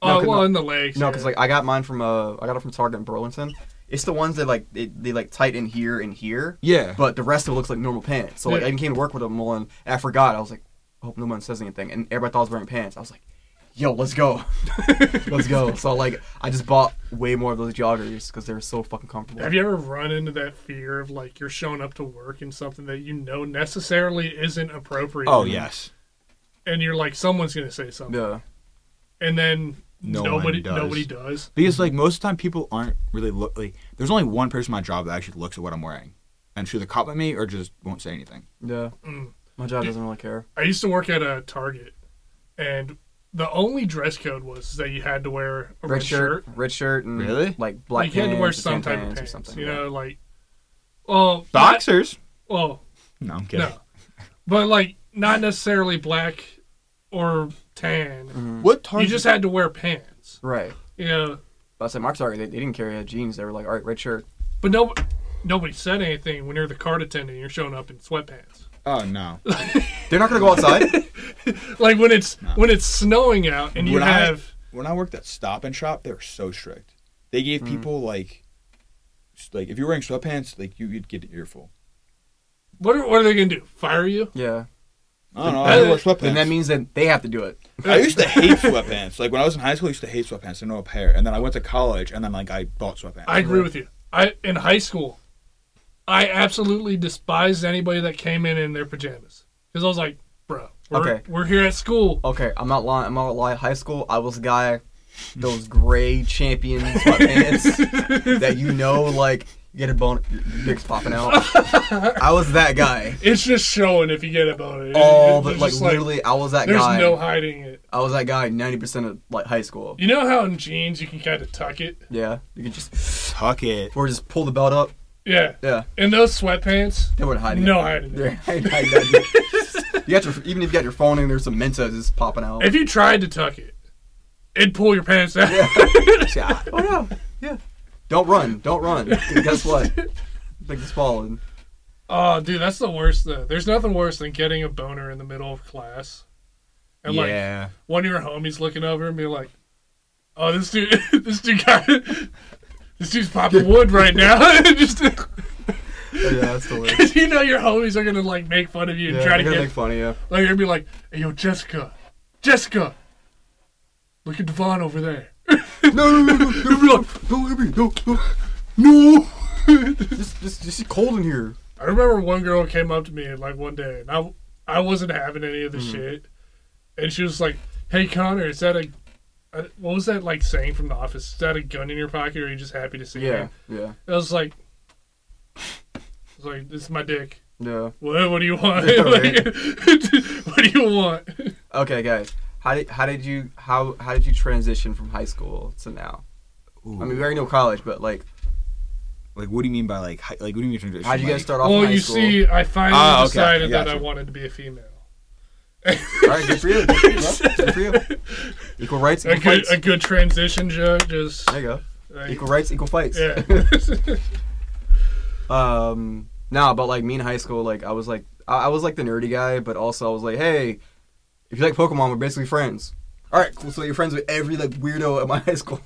Speaker 2: Oh,
Speaker 3: No, 'cause
Speaker 2: well,
Speaker 3: my-
Speaker 2: in the legs.
Speaker 3: No,
Speaker 2: yeah.
Speaker 3: because like I got mine from uh I got it from Target in Burlington. It's the ones that like they, they like tighten here and here.
Speaker 4: Yeah.
Speaker 3: But the rest of it looks like normal pants. So like
Speaker 2: Yeah.
Speaker 3: I came to work with them all and I forgot. I was like, I hope no one says anything. And everybody thought I was wearing pants. I was like, yo, let's go, let's go. So like, I just bought way more of those joggers because they were so fucking comfortable.
Speaker 2: Have you ever run into that fear of like you're showing up to work in something that you know necessarily isn't appropriate?
Speaker 4: Oh yes.
Speaker 2: And you're like, someone's gonna say something,
Speaker 3: Yeah,
Speaker 2: and then
Speaker 4: No one
Speaker 2: nobody
Speaker 4: does.
Speaker 2: nobody does.
Speaker 4: Because like most of the time, people aren't really look like. There's only one person in my job that actually looks at what I'm wearing, and she'll either compliment me or just won't say anything.
Speaker 3: yeah.
Speaker 2: Mm.
Speaker 3: My job doesn't really care.
Speaker 2: I used to work at a Target, and the only dress code was that you had to wear a red,
Speaker 3: Red shirt, red shirt, and
Speaker 4: Really?
Speaker 3: like black
Speaker 2: like you had to wear
Speaker 3: pants or
Speaker 2: some
Speaker 3: tan
Speaker 2: type of
Speaker 3: pants
Speaker 2: pants,
Speaker 3: or something.
Speaker 2: you
Speaker 3: yeah.
Speaker 2: know, like well, not-
Speaker 4: Boxers?
Speaker 2: well,
Speaker 4: No, I'm kidding.
Speaker 2: no, but like not necessarily black or tan.
Speaker 3: Mm-hmm.
Speaker 4: What
Speaker 2: You
Speaker 4: target?
Speaker 2: just had to wear pants,
Speaker 3: Right.
Speaker 2: you know.
Speaker 3: But I said Mark's already. They, they didn't carry uh, jeans. They were like, all right, red shirt.
Speaker 2: But no, nobody said anything when you're the card attendant. You're showing up in sweatpants.
Speaker 4: oh no.
Speaker 3: They're not gonna go outside.
Speaker 2: Like when it's when it's snowing out and you
Speaker 4: When I-
Speaker 2: have
Speaker 4: when I worked at Stop and Shop, they were so strict. They gave people like, s- like if you're wearing sweatpants, like you, you'd get an earful.
Speaker 2: what are, what are they gonna do? Fire you?
Speaker 3: yeah.
Speaker 4: I don't know. I
Speaker 2: Uh,
Speaker 4: wore sweatpants.
Speaker 3: Then that means that they have to do it.
Speaker 4: I used to hate sweatpants. Like when I was in high school, I used to hate sweatpants. I know a pair, and then I went to college, and then like I bought sweatpants.
Speaker 2: I agree with you. I in high school, I absolutely despised anybody that came in in their pajamas because I was like, bro, we're,
Speaker 3: Okay.
Speaker 2: we're here at school.
Speaker 3: Okay, I'm not lying. I'm not lying. High school, I was the guy, those gray champion sweatpants that you know, like you get a bone, your dick's popping out. I was that guy.
Speaker 2: It's just showing if you get it about it.
Speaker 3: All
Speaker 2: It's
Speaker 3: the Oh, like,
Speaker 2: just
Speaker 3: literally, I was that
Speaker 2: there's
Speaker 3: guy.
Speaker 2: no hiding it.
Speaker 3: I was that guy. Ninety percent of like high school.
Speaker 2: You know how in jeans you can kind of tuck it?
Speaker 3: Yeah, you could just
Speaker 4: Tuck it.
Speaker 3: or just pull the belt up.
Speaker 2: Yeah.
Speaker 3: Yeah,
Speaker 2: In those sweatpants,
Speaker 3: they weren't hiding.
Speaker 2: no
Speaker 3: it.
Speaker 2: hiding it.
Speaker 3: They're hiding- hiding it. You got your even if you got your phone in, there's some Mentos just popping out.
Speaker 2: If you tried to tuck it, it'd pull your pants out.
Speaker 3: Yeah. Oh no. Yeah. Don't run. Don't run. Guess what? Like it's falling.
Speaker 2: Oh, dude, that's the worst though. There's nothing worse than getting a boner in the middle of class, and like
Speaker 4: yeah.
Speaker 2: one of your homies looking over and be like, "Oh, this dude, this dude got, this dude's popping wood right now." And Just
Speaker 3: Oh, yeah, that's the worst.
Speaker 2: you know, your homies are gonna like make fun of you and
Speaker 3: Yeah,
Speaker 2: try to
Speaker 3: they're
Speaker 2: get
Speaker 3: gonna make fun of you.
Speaker 2: like you'd be like, "Hey, yo, Jessica, Jessica, look at Devon over there."
Speaker 3: No, no, no, no, no, no, no, no, no, no. This, this, this is cold in here.
Speaker 2: I remember one girl came up to me like one day, and I I wasn't having any of
Speaker 3: Mm-hmm.
Speaker 2: the shit, and she was like, "Hey Connor, is that a, a what was that like saying from the office? Is that a gun in your pocket, or are you just happy to see me?"
Speaker 3: Yeah, yeah,
Speaker 2: I was like, I was like, "This is my dick.
Speaker 3: yeah.
Speaker 2: What, what do you want?
Speaker 3: Yeah,
Speaker 2: Like, what do you want?"
Speaker 3: Okay, guys. How did how did you how how did you transition from high school to now? I mean, we already know college, but like,
Speaker 4: like, what do you mean by like, hi- like, what do you mean transition?
Speaker 3: how did "Oh, you
Speaker 4: Like,
Speaker 3: guys start off?
Speaker 2: Well,
Speaker 3: in high
Speaker 2: you
Speaker 3: school?
Speaker 2: see, I finally
Speaker 4: Ah, okay.
Speaker 2: decided that I
Speaker 4: Gotcha.
Speaker 2: wanted to be a female.
Speaker 3: All right, good for you. Good for you, bro. Good for you. Equal rights,
Speaker 2: A
Speaker 3: equal
Speaker 2: good,
Speaker 3: fights.
Speaker 2: a good transition joke, just
Speaker 3: There you go.
Speaker 2: like,
Speaker 3: Equal rights, equal fights.
Speaker 2: yeah.
Speaker 3: Um, no, but like me in high school, like I was like I, I was like the nerdy guy, but also I was like, hey, if you like Pokemon, we're basically friends. All right, cool. So you're friends with every like weirdo at my high school,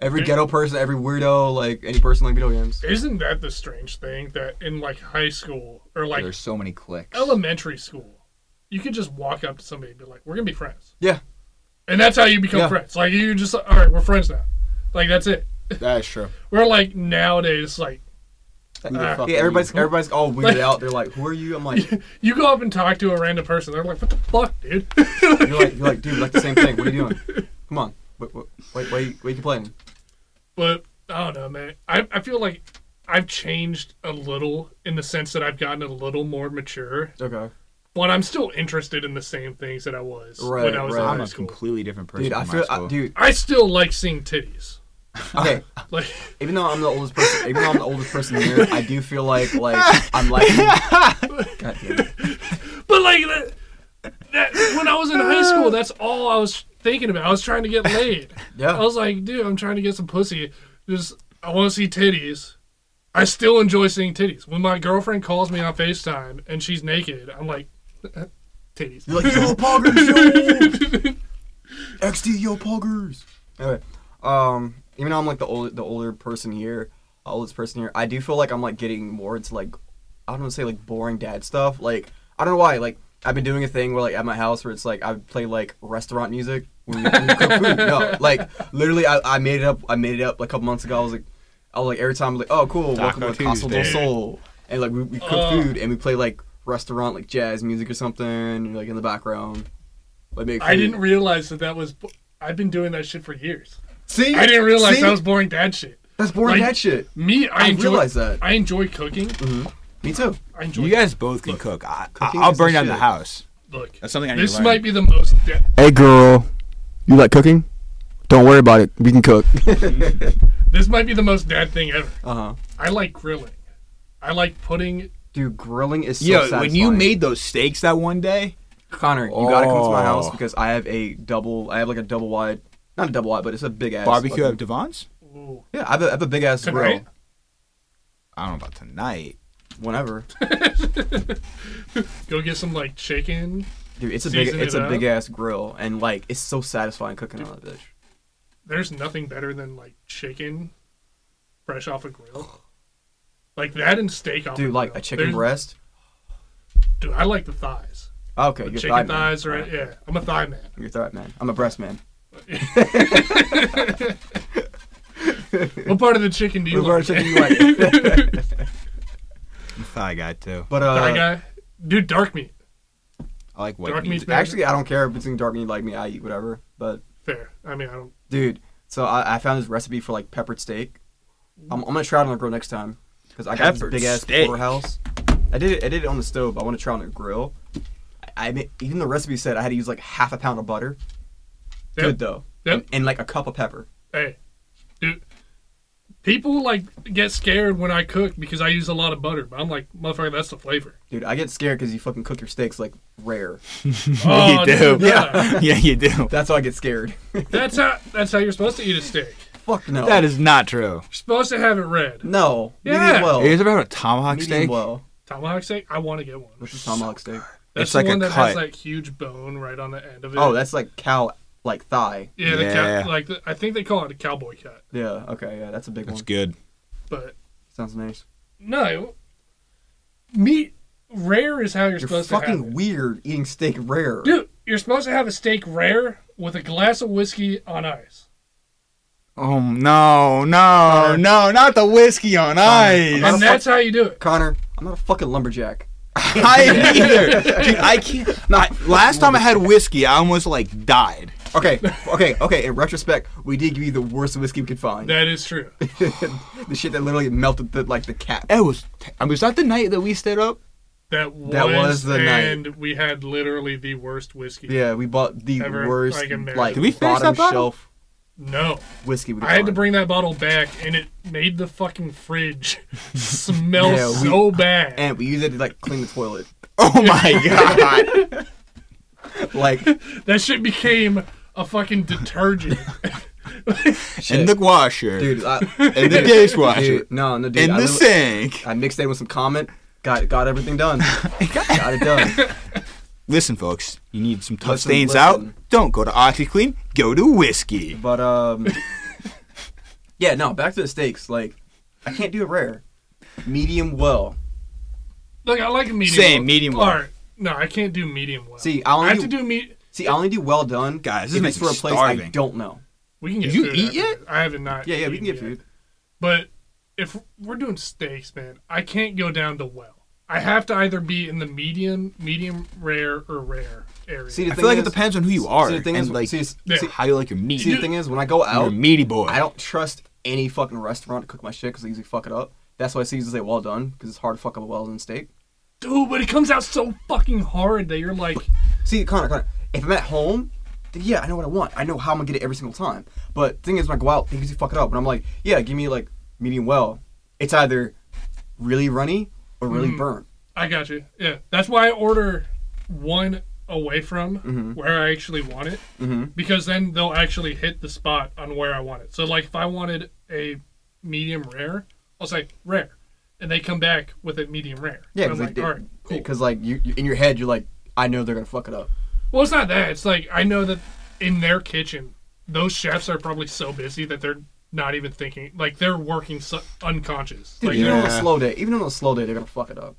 Speaker 3: every
Speaker 2: Yeah.
Speaker 3: ghetto person, every weirdo, like any person like video games.
Speaker 2: Isn't that the strange thing that in like high school or like
Speaker 4: There's so many clicks.
Speaker 2: elementary school, you could just walk up to somebody and be like, "We're gonna be friends."
Speaker 3: Yeah.
Speaker 2: and that's how you become
Speaker 3: Yeah.
Speaker 2: friends. Like you just, all right, we're friends now. Like that's it.
Speaker 4: That is true.
Speaker 2: We're like nowadays, like
Speaker 4: Who the
Speaker 2: Uh,
Speaker 4: fuck
Speaker 3: Yeah,
Speaker 4: are
Speaker 3: everybody's
Speaker 4: you?
Speaker 3: everybody's all weirded out. They're like, who are you? I'm like, you're
Speaker 2: you go up and talk to a random person, they're like, "What the fuck, dude?"
Speaker 3: like, you're like, dude, we like the same thing. What are you doing? Come on, wait, wait, wait, wait, wait you complaining?
Speaker 2: but I don't know, man. I I feel like I've changed a little in the sense that I've gotten a little more mature,
Speaker 3: Okay,
Speaker 2: but I'm still interested in the same things that I was
Speaker 3: Right,
Speaker 2: when I was
Speaker 3: right.
Speaker 2: in
Speaker 4: I'm
Speaker 2: high
Speaker 4: a
Speaker 2: school.
Speaker 4: completely different person.
Speaker 3: dude, I
Speaker 4: from
Speaker 3: feel,
Speaker 4: high
Speaker 3: I,
Speaker 4: school.
Speaker 3: dude.
Speaker 2: I still like seeing titties.
Speaker 3: Okay,
Speaker 2: Like
Speaker 3: even though I'm the oldest person, even though I'm the oldest person here, I do feel like like I'm like, God damn it.
Speaker 2: But like that, that when I was in high school, that's all I was thinking about. I was trying to get laid.
Speaker 3: Yeah.
Speaker 2: I was like, dude, I'm trying to get some pussy. Just I want to see titties. I still enjoy seeing titties. When my girlfriend calls me on FaceTime and she's naked, I'm like, titties.
Speaker 3: You're like, yo, poggers, yo! XD, yo, poggers! Anyway, um, even though I'm like the old, the older person here, oldest person here, I do feel like I'm like getting more into like, I don't want to say like boring dad stuff. Like, I don't know why. Like, I've been doing a thing where like at my house where it's like I play like restaurant music when we, when we cook food. No, like literally, I, I made it up. I made it up like a couple months ago. I was like, I was like every time, like, oh cool, welcome
Speaker 4: Taco
Speaker 3: to Casa del
Speaker 4: Tuesday.
Speaker 3: Sol, and like we, we cook
Speaker 2: Oh.
Speaker 3: food and we play like restaurant like jazz music or something like in the background. Like make
Speaker 2: I
Speaker 3: food.
Speaker 2: didn't realize that that was. bo- I've been doing that shit for years.
Speaker 3: see.
Speaker 2: I didn't realize
Speaker 3: see?
Speaker 2: that was boring dad shit.
Speaker 3: that's boring.
Speaker 2: like-
Speaker 3: that shit.
Speaker 2: Me, I,
Speaker 3: I
Speaker 2: enjoy,
Speaker 3: realized that.
Speaker 2: I enjoy cooking.
Speaker 3: Me too.
Speaker 2: I enjoy.
Speaker 4: You guys both can cook. I, I,
Speaker 3: cooking
Speaker 4: I'll
Speaker 3: is the
Speaker 4: burn down
Speaker 3: shit.
Speaker 4: the house.
Speaker 2: look.
Speaker 4: That's something I need
Speaker 2: This
Speaker 4: to learn.
Speaker 2: might be the most. da-
Speaker 3: Hey girl, you like cooking? Don't worry about it. We can cook.
Speaker 2: This might be the most dad thing ever.
Speaker 3: uh huh.
Speaker 2: I like grilling. I like putting.
Speaker 3: Dude, grilling is so
Speaker 4: Yo,
Speaker 3: satisfying.
Speaker 4: when you made those steaks that one day,
Speaker 3: Connor, you gotta come to my house
Speaker 4: Oh.
Speaker 3: because I have a double. I have like a double wide, not a double wide, but it's a big ass
Speaker 4: barbecue
Speaker 3: like-
Speaker 4: at Devon's.
Speaker 2: Ooh,
Speaker 3: yeah, I have a, I have a big ass grill.
Speaker 2: Tonight?
Speaker 4: I don't know about tonight.
Speaker 3: Whenever,
Speaker 2: go get some like chicken.
Speaker 3: dude, it's a big,
Speaker 2: Season
Speaker 3: it's
Speaker 2: it
Speaker 3: a
Speaker 2: up.
Speaker 3: big ass grill, and like it's so satisfying cooking on that bitch.
Speaker 2: There's nothing better than like chicken, fresh off a grill. Like that and steak off.
Speaker 3: Dude,
Speaker 2: a
Speaker 3: like
Speaker 2: grill.
Speaker 3: a chicken
Speaker 2: There's-
Speaker 3: breast.
Speaker 2: Dude, I like the thighs.
Speaker 3: Okay,
Speaker 2: The
Speaker 3: you're
Speaker 2: chicken
Speaker 3: thigh
Speaker 2: thighs,
Speaker 3: man.
Speaker 2: right? Yeah, I'm a thigh man.
Speaker 3: You're thigh man. I'm a breast man.
Speaker 2: What part of the chicken do you
Speaker 3: What part
Speaker 2: like?
Speaker 3: of chicken do you like?
Speaker 4: I'm a thigh guy too.
Speaker 3: But
Speaker 2: Thigh
Speaker 3: uh,
Speaker 2: guy, dude, dark meat.
Speaker 4: I like white
Speaker 2: Dark
Speaker 4: meat.
Speaker 2: meat's better.
Speaker 3: actually, I don't care if it's in dark meat like me. I eat whatever. But
Speaker 2: Fair. I mean, I don't.
Speaker 3: dude, so I, I found this recipe for like peppered steak. I'm, I'm gonna try it on the grill next time because I got
Speaker 4: Peppered
Speaker 3: this big ass
Speaker 4: steak.
Speaker 3: porterhouse. I did it. I did it on the stove. but I want to try it on the grill. I, I mean, even the recipe said I had to use like half a pound of butter.
Speaker 2: Yep.
Speaker 3: Good though.
Speaker 2: Yep.
Speaker 3: And, and, like a cup of pepper.
Speaker 2: Hey, dude, people like get scared when I cook because I use a lot of butter. But I'm like, motherfucker, that's the flavor.
Speaker 3: Dude, I get scared because you fucking cook your steaks like rare.
Speaker 2: Oh,
Speaker 4: do.
Speaker 2: dude,
Speaker 3: Yeah.
Speaker 2: nah.
Speaker 4: yeah, you do.
Speaker 3: That's how I get scared.
Speaker 2: That's how. That's how you're supposed to eat a steak.
Speaker 3: Fuck no.
Speaker 4: That is not true.
Speaker 2: You're supposed to have it red.
Speaker 3: no.
Speaker 2: Yeah.
Speaker 3: Medium well.
Speaker 4: You guys ever had a tomahawk
Speaker 3: Oh. Medium
Speaker 4: steak?
Speaker 3: well.
Speaker 2: Tomahawk steak. I want to get one.
Speaker 3: What's a tomahawk steak?
Speaker 2: That's
Speaker 4: It's
Speaker 2: the
Speaker 4: like a
Speaker 2: one that has
Speaker 4: cut.
Speaker 2: like huge bone right on the end of it.
Speaker 3: Oh, that's like cow, like thigh.
Speaker 2: yeah. The
Speaker 4: Yeah.
Speaker 2: Cow, like the, I think they call it a cowboy cut,
Speaker 3: Yeah. Okay. Yeah, that's a big
Speaker 4: That's
Speaker 3: one.
Speaker 4: good.
Speaker 2: but
Speaker 3: Sounds nice.
Speaker 2: no, meat rare is how you're,
Speaker 3: You're
Speaker 2: supposed to have
Speaker 3: fucking
Speaker 2: it.
Speaker 3: weird eating steak rare.
Speaker 2: Dude, you're supposed to have a steak rare with a glass of whiskey on ice.
Speaker 4: Oh no, no, no! Not the whiskey on ice.
Speaker 3: How
Speaker 2: And
Speaker 3: the
Speaker 2: that's how you do it.
Speaker 3: Connor, I'm not a fucking lumberjack.
Speaker 4: I ain't either. Dude, I can't. I- last time I had whiskey, I almost like died.
Speaker 3: Okay, okay, okay. In retrospect, we did give you the worst whiskey we could find.
Speaker 2: That is true.
Speaker 3: the shit that literally melted the, like the cap.
Speaker 4: It was. T- I mean, was that the night that we stayed up?
Speaker 2: That was,
Speaker 3: That was the night.
Speaker 2: and we had literally the worst whiskey.
Speaker 3: Yeah, we bought the
Speaker 2: Ever,
Speaker 3: worst
Speaker 2: like,
Speaker 3: like,
Speaker 2: American.
Speaker 4: Did we finish
Speaker 3: bottom
Speaker 4: that bottle?
Speaker 3: shelf
Speaker 2: No,
Speaker 3: whiskey we could
Speaker 2: I had to
Speaker 3: find.
Speaker 2: bring that bottle back, and it made the fucking fridge smell
Speaker 3: Yeah, we-
Speaker 2: so bad.
Speaker 3: and we used it to like clean the toilet.
Speaker 4: Oh my god!
Speaker 3: Like
Speaker 2: that shit became a fucking detergent.
Speaker 3: shit.
Speaker 4: In the washer,
Speaker 3: dude, I,
Speaker 4: in the dishwasher,
Speaker 3: dude, no, no, dude.
Speaker 4: in
Speaker 3: I
Speaker 4: the
Speaker 3: literally-
Speaker 4: sink.
Speaker 3: I mixed it with some comment. Got got everything done. got it done.
Speaker 4: Listen, folks, you need some tough
Speaker 3: Listen,
Speaker 4: stains
Speaker 3: listen.
Speaker 4: out. Don't go to OxyClean. Go to whiskey.
Speaker 3: But um, yeah, no. Back to the steaks. Like, I can't do a rare, medium well.
Speaker 2: Look, I like a medium.
Speaker 4: Same, medium well.
Speaker 2: Alright, no, I can't do medium well.
Speaker 3: See, I only
Speaker 2: have
Speaker 3: do-
Speaker 2: to do meat.
Speaker 3: See, I only do well done,
Speaker 4: Guys, this
Speaker 3: if
Speaker 4: makes
Speaker 3: it's for a
Speaker 4: me
Speaker 3: place I
Speaker 4: starving.
Speaker 3: don't know.
Speaker 2: We can get.
Speaker 4: Did you
Speaker 2: food
Speaker 4: eat
Speaker 2: after
Speaker 4: yet?
Speaker 2: this. I haven't not.
Speaker 3: Yeah, yeah, we can
Speaker 2: eaten
Speaker 3: get
Speaker 2: yet.
Speaker 3: food.
Speaker 2: But if we're doing steaks, man, I can't go down to well. I have to either be in the medium, medium rare, or rare area.
Speaker 3: See, the
Speaker 4: I
Speaker 3: thing
Speaker 4: feel like
Speaker 3: is-
Speaker 4: it depends on who you are
Speaker 3: See, the thing
Speaker 4: and
Speaker 3: is,
Speaker 4: like
Speaker 3: see, see,
Speaker 2: Yeah.
Speaker 3: see,
Speaker 4: how you like your meat.
Speaker 3: the thing is, when I go
Speaker 4: You're a
Speaker 3: out,
Speaker 4: meaty boy.
Speaker 3: I don't trust any fucking restaurant to cook my shit because they usually fuck it up. That's why I usually say well done because it's hard to fuck up a well done steak.
Speaker 2: dude, but it comes out so fucking hard that you're like,
Speaker 3: See, Connor, Connor, if I'm at home, then yeah, I know what I want. I know how I'm gonna get it every single time. But thing is, when I go out, they usually fuck it up, and I'm like, yeah, give me like medium well. It's either really runny or really
Speaker 2: Mm.
Speaker 3: burnt.
Speaker 2: I got you. Yeah, that's why I order one away from
Speaker 3: Mm-hmm.
Speaker 2: where I actually want it, because then they'll actually hit the spot on where I want it. So, like, if I wanted a medium rare, I'll say rare, and they come back with a medium rare.
Speaker 3: Yeah,
Speaker 2: And I'm
Speaker 3: because
Speaker 2: like,
Speaker 3: like,
Speaker 2: all right, cool.
Speaker 3: Because like you, you- in your head, you're like, I know they're gonna fuck it up.
Speaker 2: Well, it's not that. It's like I know that in their kitchen, those chefs are probably so busy that they're not even thinking. Like they're working so- unconscious.
Speaker 3: Dude,
Speaker 2: Like
Speaker 3: even on a
Speaker 4: Yeah.
Speaker 3: slow day, even on a slow day, they're gonna fuck it up.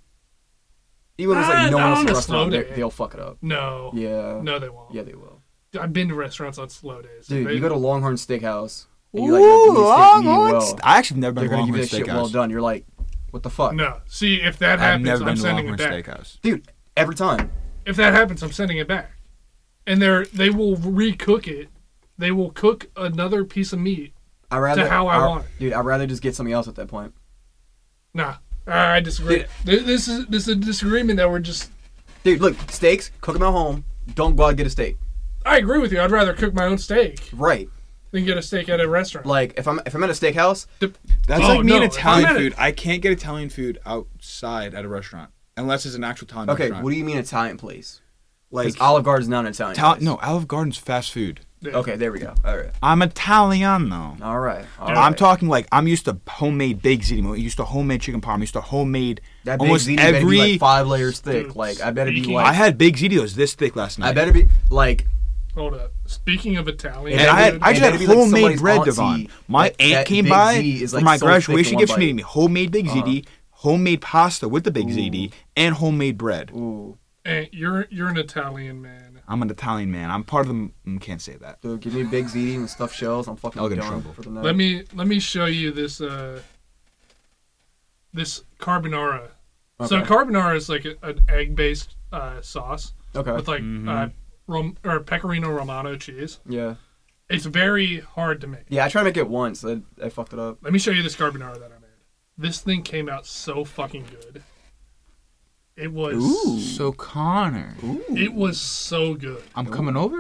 Speaker 3: Even when it's
Speaker 2: Ah,
Speaker 3: like no
Speaker 2: not
Speaker 3: one else
Speaker 2: on
Speaker 3: in
Speaker 2: a
Speaker 3: the restaurant,
Speaker 2: slow
Speaker 3: they-
Speaker 2: day.
Speaker 3: they'll fuck it up.
Speaker 2: no,
Speaker 3: Yeah.
Speaker 2: no, they won't.
Speaker 3: Yeah, they will.
Speaker 2: I've been to restaurants on slow days.
Speaker 3: Dude,
Speaker 2: They-
Speaker 3: you go to Longhorn Steakhouse. And you,
Speaker 4: Ooh,
Speaker 3: like, have these steak meat
Speaker 4: Longhorn
Speaker 3: well.
Speaker 4: st- I actually never
Speaker 3: They're
Speaker 4: been to
Speaker 3: gonna give
Speaker 4: Longhorn
Speaker 3: you that shit well
Speaker 4: Steakhouse.
Speaker 3: done. You're like, what the fuck,
Speaker 2: No, see if that
Speaker 4: I've
Speaker 2: happens,
Speaker 4: never
Speaker 2: I'm
Speaker 4: been to
Speaker 2: sending
Speaker 4: Longhorn
Speaker 2: it back.
Speaker 4: Steakhouse.
Speaker 3: dude? Every time.
Speaker 2: If that happens, I'm sending it back. And they're they will recook it. They will cook another piece of meat.
Speaker 3: I rather
Speaker 2: how I want
Speaker 3: Dude, I'd rather just get something else at that point.
Speaker 2: Nah, I disagree.
Speaker 3: Yeah.
Speaker 2: Th- This is this is a disagreement that we're just.
Speaker 3: Dude, look, steaks, cook them at home. Don't go out and get a steak.
Speaker 2: I agree with you. I'd rather cook my own steak
Speaker 3: Right.
Speaker 2: than get a steak at a restaurant.
Speaker 3: Like if I'm if I'm at a steakhouse,
Speaker 2: Dep-
Speaker 4: That's
Speaker 2: Oh,
Speaker 4: like me
Speaker 2: no,
Speaker 4: and
Speaker 2: if
Speaker 4: Italian
Speaker 2: I'm at a-
Speaker 4: food. I can't get Italian food outside at a restaurant unless it's an actual Italian
Speaker 3: okay,
Speaker 4: restaurant.
Speaker 3: what do you mean Italian place?
Speaker 4: like
Speaker 3: Because Olive Garden's not an Italian.
Speaker 4: Ital-
Speaker 3: place.
Speaker 4: no, Olive Garden's fast food.
Speaker 2: Yeah.
Speaker 3: Okay, there we go. All right.
Speaker 4: I'm Italian though.
Speaker 3: All right. All right.
Speaker 4: I'm talking like I'm used to homemade baked ziti. I'm used to homemade chicken parm. I'm used to homemade
Speaker 3: that big
Speaker 4: almost
Speaker 3: ziti better
Speaker 4: every.
Speaker 3: be like five layers thick.
Speaker 2: Dude,
Speaker 3: Like I better be
Speaker 2: speaking-
Speaker 3: like
Speaker 4: I had baked ziti that was this thick last night.
Speaker 3: I better be like
Speaker 2: Hold up. Speaking of Italian,
Speaker 4: And I had
Speaker 2: food,
Speaker 4: I
Speaker 3: And
Speaker 4: just
Speaker 3: that'd
Speaker 4: had
Speaker 3: be like
Speaker 4: homemade
Speaker 3: somebody's
Speaker 4: bread,
Speaker 3: aunt's
Speaker 4: Devon.
Speaker 3: ziti.
Speaker 4: My
Speaker 3: Like,
Speaker 4: aunt
Speaker 3: that
Speaker 4: came
Speaker 3: big
Speaker 4: by
Speaker 3: ziti is,
Speaker 4: for
Speaker 3: like,
Speaker 4: my
Speaker 3: so thick in
Speaker 4: graduation
Speaker 3: one
Speaker 4: gift. She
Speaker 3: bite.
Speaker 4: made me homemade baked
Speaker 3: Uh-huh.
Speaker 4: ziti, homemade pasta with the baked ziti, and homemade bread.
Speaker 3: ooh,
Speaker 2: eh, you're you're an Italian man.
Speaker 4: I'm an Italian man. I'm part of the. mm, Can't say that.
Speaker 3: dude, give me big ziti and stuffed shells. I'm fucking
Speaker 4: I'll get in
Speaker 3: done
Speaker 4: trouble.
Speaker 3: for the night.
Speaker 2: Let me let me show you this uh this carbonara. So
Speaker 3: Okay.
Speaker 2: carbonara is like a, an egg based uh, sauce
Speaker 3: okay.
Speaker 2: with like uh, rom- or pecorino romano cheese.
Speaker 3: yeah.
Speaker 2: It's very hard to make.
Speaker 3: Yeah, I tried to make it once. I, I fucked it up.
Speaker 2: Let me show you this carbonara that I made. This thing came out so fucking good. It was
Speaker 4: So Connor,
Speaker 2: it was so good.
Speaker 4: I'm coming over.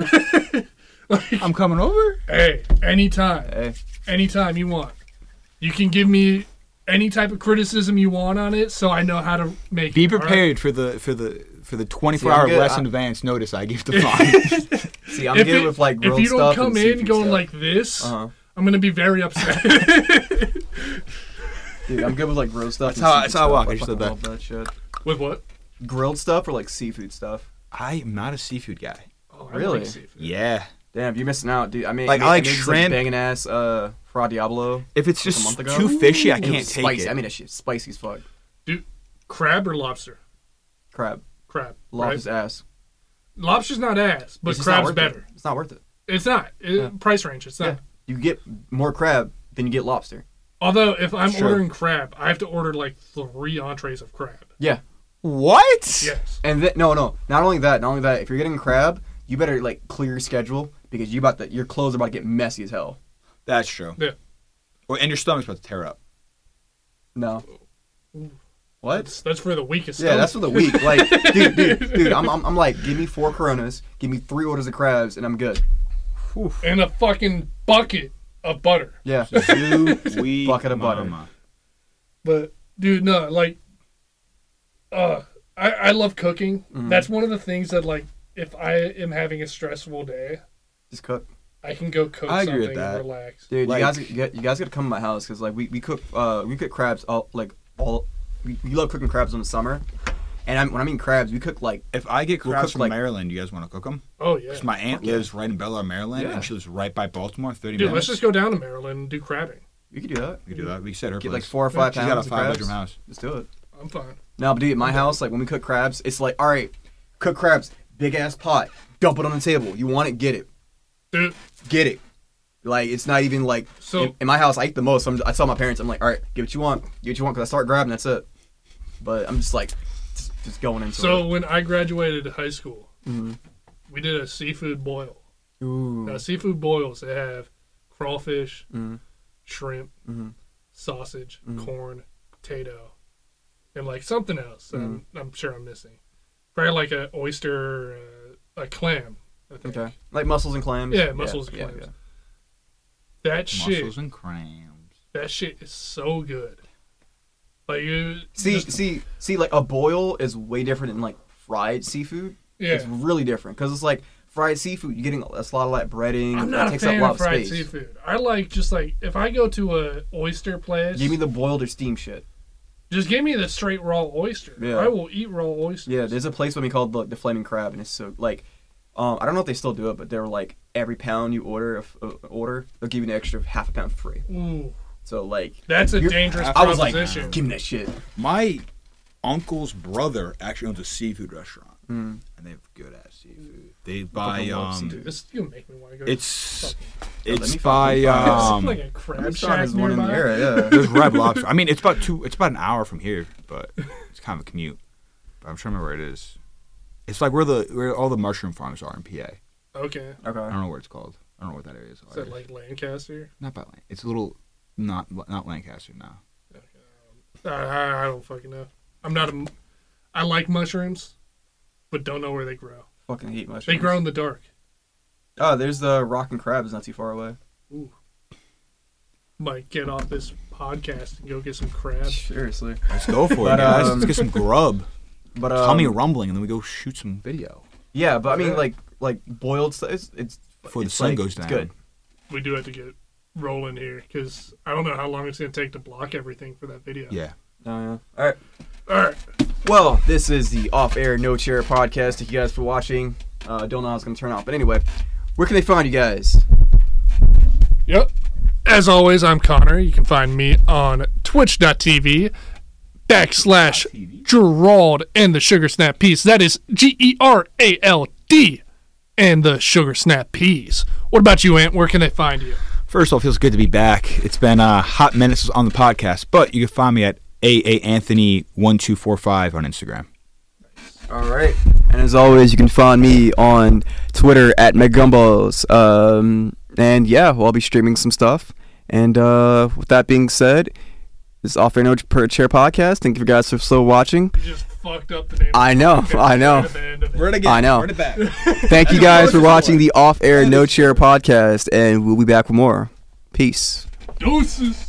Speaker 4: I'm coming over.
Speaker 2: Hey, anytime.
Speaker 3: Hey,
Speaker 2: anytime you want. You can give me any type of criticism you want on it, so I know how to make.
Speaker 4: Be
Speaker 2: it, all right?
Speaker 4: prepared for the for the for the 24
Speaker 3: See, I'm
Speaker 4: hour
Speaker 3: good.
Speaker 4: less
Speaker 3: I-
Speaker 4: in advance notice I give to Vaughn.
Speaker 3: see, I'm
Speaker 2: If
Speaker 3: good
Speaker 2: it-
Speaker 3: with like
Speaker 2: if
Speaker 3: grilled
Speaker 2: you don't
Speaker 3: stuff
Speaker 2: come
Speaker 3: and
Speaker 2: in
Speaker 3: seafood
Speaker 2: going
Speaker 3: stuff.
Speaker 2: like this,
Speaker 3: Uh-huh.
Speaker 2: I'm gonna be very upset.
Speaker 3: Dude, I'm good with like grilled stuff.
Speaker 4: That's
Speaker 3: and
Speaker 4: how I-
Speaker 3: seafood
Speaker 4: that's how I
Speaker 3: stuff.
Speaker 4: walk. I just
Speaker 3: fucking
Speaker 4: did that.
Speaker 3: love that shit.
Speaker 2: With what?
Speaker 3: Grilled stuff or like seafood stuff.
Speaker 4: I am not a seafood guy.
Speaker 2: Oh, I
Speaker 3: Really?
Speaker 2: Like seafood.
Speaker 4: Yeah.
Speaker 3: Damn, you're missing out, dude. I mean,
Speaker 4: Like, I
Speaker 3: made-
Speaker 4: like
Speaker 3: made this,
Speaker 4: shrimp.
Speaker 3: banging ass uh, fra diablo.
Speaker 4: If it's
Speaker 3: a
Speaker 4: just
Speaker 3: month ago?
Speaker 4: too fishy, I
Speaker 3: It
Speaker 4: can't
Speaker 3: was
Speaker 4: take
Speaker 3: spicy.
Speaker 4: it.
Speaker 3: I mean, that shit's spicy as fuck.
Speaker 2: Dude, crab or lobster?
Speaker 3: Crab,
Speaker 2: Crab.
Speaker 3: love
Speaker 2: right?
Speaker 3: his ass.
Speaker 2: Lobster's not ass, but
Speaker 3: It's just not
Speaker 2: crab's
Speaker 3: worth
Speaker 2: better.
Speaker 3: It. It's not worth it.
Speaker 2: It's not It-
Speaker 3: Yeah.
Speaker 2: price range. It's not.
Speaker 3: Yeah. You get more crab than you get lobster.
Speaker 2: Although if I'm
Speaker 4: Sure.
Speaker 2: ordering crab, I have to order like three entrees of crab.
Speaker 3: Yeah,
Speaker 4: what?
Speaker 2: Yes.
Speaker 3: and th- no, no. Not only that, not only that. If you're getting crab, you better like clear your schedule because you about to, your clothes are about to get messy as hell.
Speaker 4: That's true.
Speaker 2: Yeah.
Speaker 4: Well, and your stomach's about to tear up.
Speaker 3: No. What?
Speaker 2: That's, that's for the weakest.
Speaker 3: Yeah, that's
Speaker 2: stomach.
Speaker 3: for the week. Like, dude, dude, dude. I'm, I'm, I'm like, give me four Coronas, give me three orders of crabs, and I'm good.
Speaker 2: and a fucking bucket of butter.
Speaker 3: Yeah.
Speaker 4: Sweet
Speaker 3: Bucket of butter.
Speaker 4: mama.
Speaker 2: But dude, no, like, uh, I I love cooking.
Speaker 4: Mm-hmm.
Speaker 2: That's one of the things that like, if I am having a stressful day,
Speaker 3: Just cook.
Speaker 2: I can go cook
Speaker 4: I agree
Speaker 2: something
Speaker 4: with that.
Speaker 2: and relax.
Speaker 3: Dude,
Speaker 4: Like-
Speaker 3: you guys, you guys- you guys gotta come to my house because like we, we cook uh we cook crabs all like all we, we love cooking crabs in the summer, and I'm, when I mean crabs, we cook like
Speaker 4: If I get
Speaker 3: We'll
Speaker 4: crabs
Speaker 3: cook,
Speaker 4: from
Speaker 3: like-
Speaker 4: Maryland, you guys want to cook them?
Speaker 2: Oh yeah,
Speaker 4: Because my aunt lives right in Bel Air, Maryland,
Speaker 3: Yeah.
Speaker 4: and she lives right by Baltimore, 30
Speaker 2: dude. Let's
Speaker 4: minutes.
Speaker 2: just go down to Maryland and do crabbing.
Speaker 3: we could do that.
Speaker 4: We could do that. We could set her
Speaker 3: Get
Speaker 4: place.
Speaker 3: like four or five
Speaker 4: She's
Speaker 3: pounds
Speaker 4: got a
Speaker 3: of
Speaker 4: five
Speaker 3: crabs.
Speaker 4: bedroom house.
Speaker 3: Let's do it.
Speaker 2: I'm fine.
Speaker 3: No, but dude, at my house, like when we cook crabs, it's like all right, cook crabs, big ass pot, dump it on the table. You want it, get it,
Speaker 2: Dude,
Speaker 3: get it. Like it's not even like
Speaker 2: So-
Speaker 3: in, in my house, I eat the most. I'm, I tell my parents, I'm like, all right, get what you want, get what you want, because I start grabbing, that's it. But I'm just like, just, just going into
Speaker 2: so
Speaker 3: it. Mm-hmm.
Speaker 2: when I graduated high school, we did a seafood boil. Now seafood boils they have crawfish,
Speaker 3: Mhm.
Speaker 2: shrimp,
Speaker 3: Mm-hmm.
Speaker 2: sausage, corn, potato, and like something else. I'm,
Speaker 3: Mm-hmm.
Speaker 2: I'm sure I'm missing. Probably like a oyster, uh, a clam. I think.
Speaker 3: Okay. Like mussels and clams.
Speaker 2: Yeah, mussels and clams. That shit,
Speaker 4: Mussels and crams.
Speaker 2: that shit is so good. Like you
Speaker 3: See,
Speaker 2: just-
Speaker 3: see, see, like a boil is way different than like fried seafood.
Speaker 2: Yeah.
Speaker 3: It's really different because it's like fried seafood. You're getting a lot of like breading.
Speaker 2: I'm
Speaker 3: it
Speaker 2: not a
Speaker 3: takes
Speaker 2: fan
Speaker 3: up a lot
Speaker 2: of fried
Speaker 3: space.
Speaker 2: seafood. I like just like if I go to a oyster place,
Speaker 3: Give me the boiled or steam shit.
Speaker 2: just give me the straight raw oyster.
Speaker 3: Yeah.
Speaker 2: I will eat raw oysters.
Speaker 3: Yeah, there's a place with me called like the Flaming Crab, and it's so like, um, I don't know if they still do it, but they're like every pound you order of uh, order, they'll give you an extra half a pound free.
Speaker 2: Ooh,
Speaker 3: So like,
Speaker 2: that's a
Speaker 3: You're-
Speaker 2: dangerous
Speaker 3: I was like,
Speaker 2: proposition.
Speaker 3: give me that shit.
Speaker 4: My uncle's brother actually owns a seafood restaurant.
Speaker 3: Mm.
Speaker 4: and they have good ass seafood. They buy
Speaker 3: Fucking love
Speaker 4: um,
Speaker 3: seafood.
Speaker 2: This you make me want to go.
Speaker 4: it's
Speaker 2: Fucking-
Speaker 4: it's
Speaker 3: me
Speaker 4: by
Speaker 3: fucking find
Speaker 2: There's
Speaker 4: um,
Speaker 2: like a crab
Speaker 3: Restaurant
Speaker 2: shack
Speaker 3: is one in the
Speaker 2: nearby.
Speaker 3: area. Yeah.
Speaker 4: there's Red Lobster. I mean, it's about two. It's about an hour from here, but it's kind of a commute. But I'm trying to remember where it is. It's like where the where all the mushroom farms are in PA.
Speaker 2: Okay.
Speaker 4: I
Speaker 3: okay.
Speaker 4: don't know where it's called. I don't know what that area is.
Speaker 2: Is that like Lancaster?
Speaker 4: not by Lan- It's a little not not Lancaster now.
Speaker 2: I, I, I don't fucking know. I'm not a. m- I like mushrooms, but don't know where they grow.
Speaker 3: Fucking hate mushrooms.
Speaker 2: They grow in the dark.
Speaker 3: Oh, there's the rock and crabs not too far away.
Speaker 2: Might get off this podcast and go get some crabs.
Speaker 3: Seriously.
Speaker 4: Let's go for it,
Speaker 3: But,
Speaker 4: guys.
Speaker 3: um,
Speaker 4: Let's get some grub.
Speaker 3: But
Speaker 4: Call me
Speaker 3: um,
Speaker 4: rumbling, and then we go shoot some video
Speaker 3: yeah, but I mean
Speaker 2: Yeah.
Speaker 3: like like boiled stuff. It's, it's
Speaker 4: before the
Speaker 3: it's
Speaker 4: sun
Speaker 3: like-
Speaker 4: goes down.
Speaker 3: It's good.
Speaker 2: We do have to get rolling here because I don't know how long it's gonna take to block everything for that video.
Speaker 4: Yeah.
Speaker 3: Oh, yeah. All right.
Speaker 2: All right.
Speaker 3: Well, this is the off-air no chair podcast. Thank you guys for watching. Uh, don't know how it's gonna turn out, but anyway, where can they find you guys?
Speaker 2: Yep. As always, I'm Connor. You can find me on twitch.tv backslash Gerald and the Sugar Snap Peas. That is G E R A L D and the Sugar Snap Peas. What about you, Ant? Where can they find you?
Speaker 4: First of all, it feels good to be back. It's been a hot minute since on the podcast, but you can find me at aaanthony1245 on Instagram.
Speaker 3: All right. And as always, you can find me on Twitter at McGumballs. Um, and yeah, well, I'll be streaming some stuff. And uh, with that being said, this is Off Air No Per Chair podcast. Thank you guys for still watching.
Speaker 2: You just fucked up the name.
Speaker 3: I know, I know.
Speaker 1: We're again.
Speaker 3: I know.
Speaker 1: We're in the back.
Speaker 3: Thank you guys for watching the Off Air No Chair podcast, and we'll be back with more. Peace.
Speaker 2: Doses.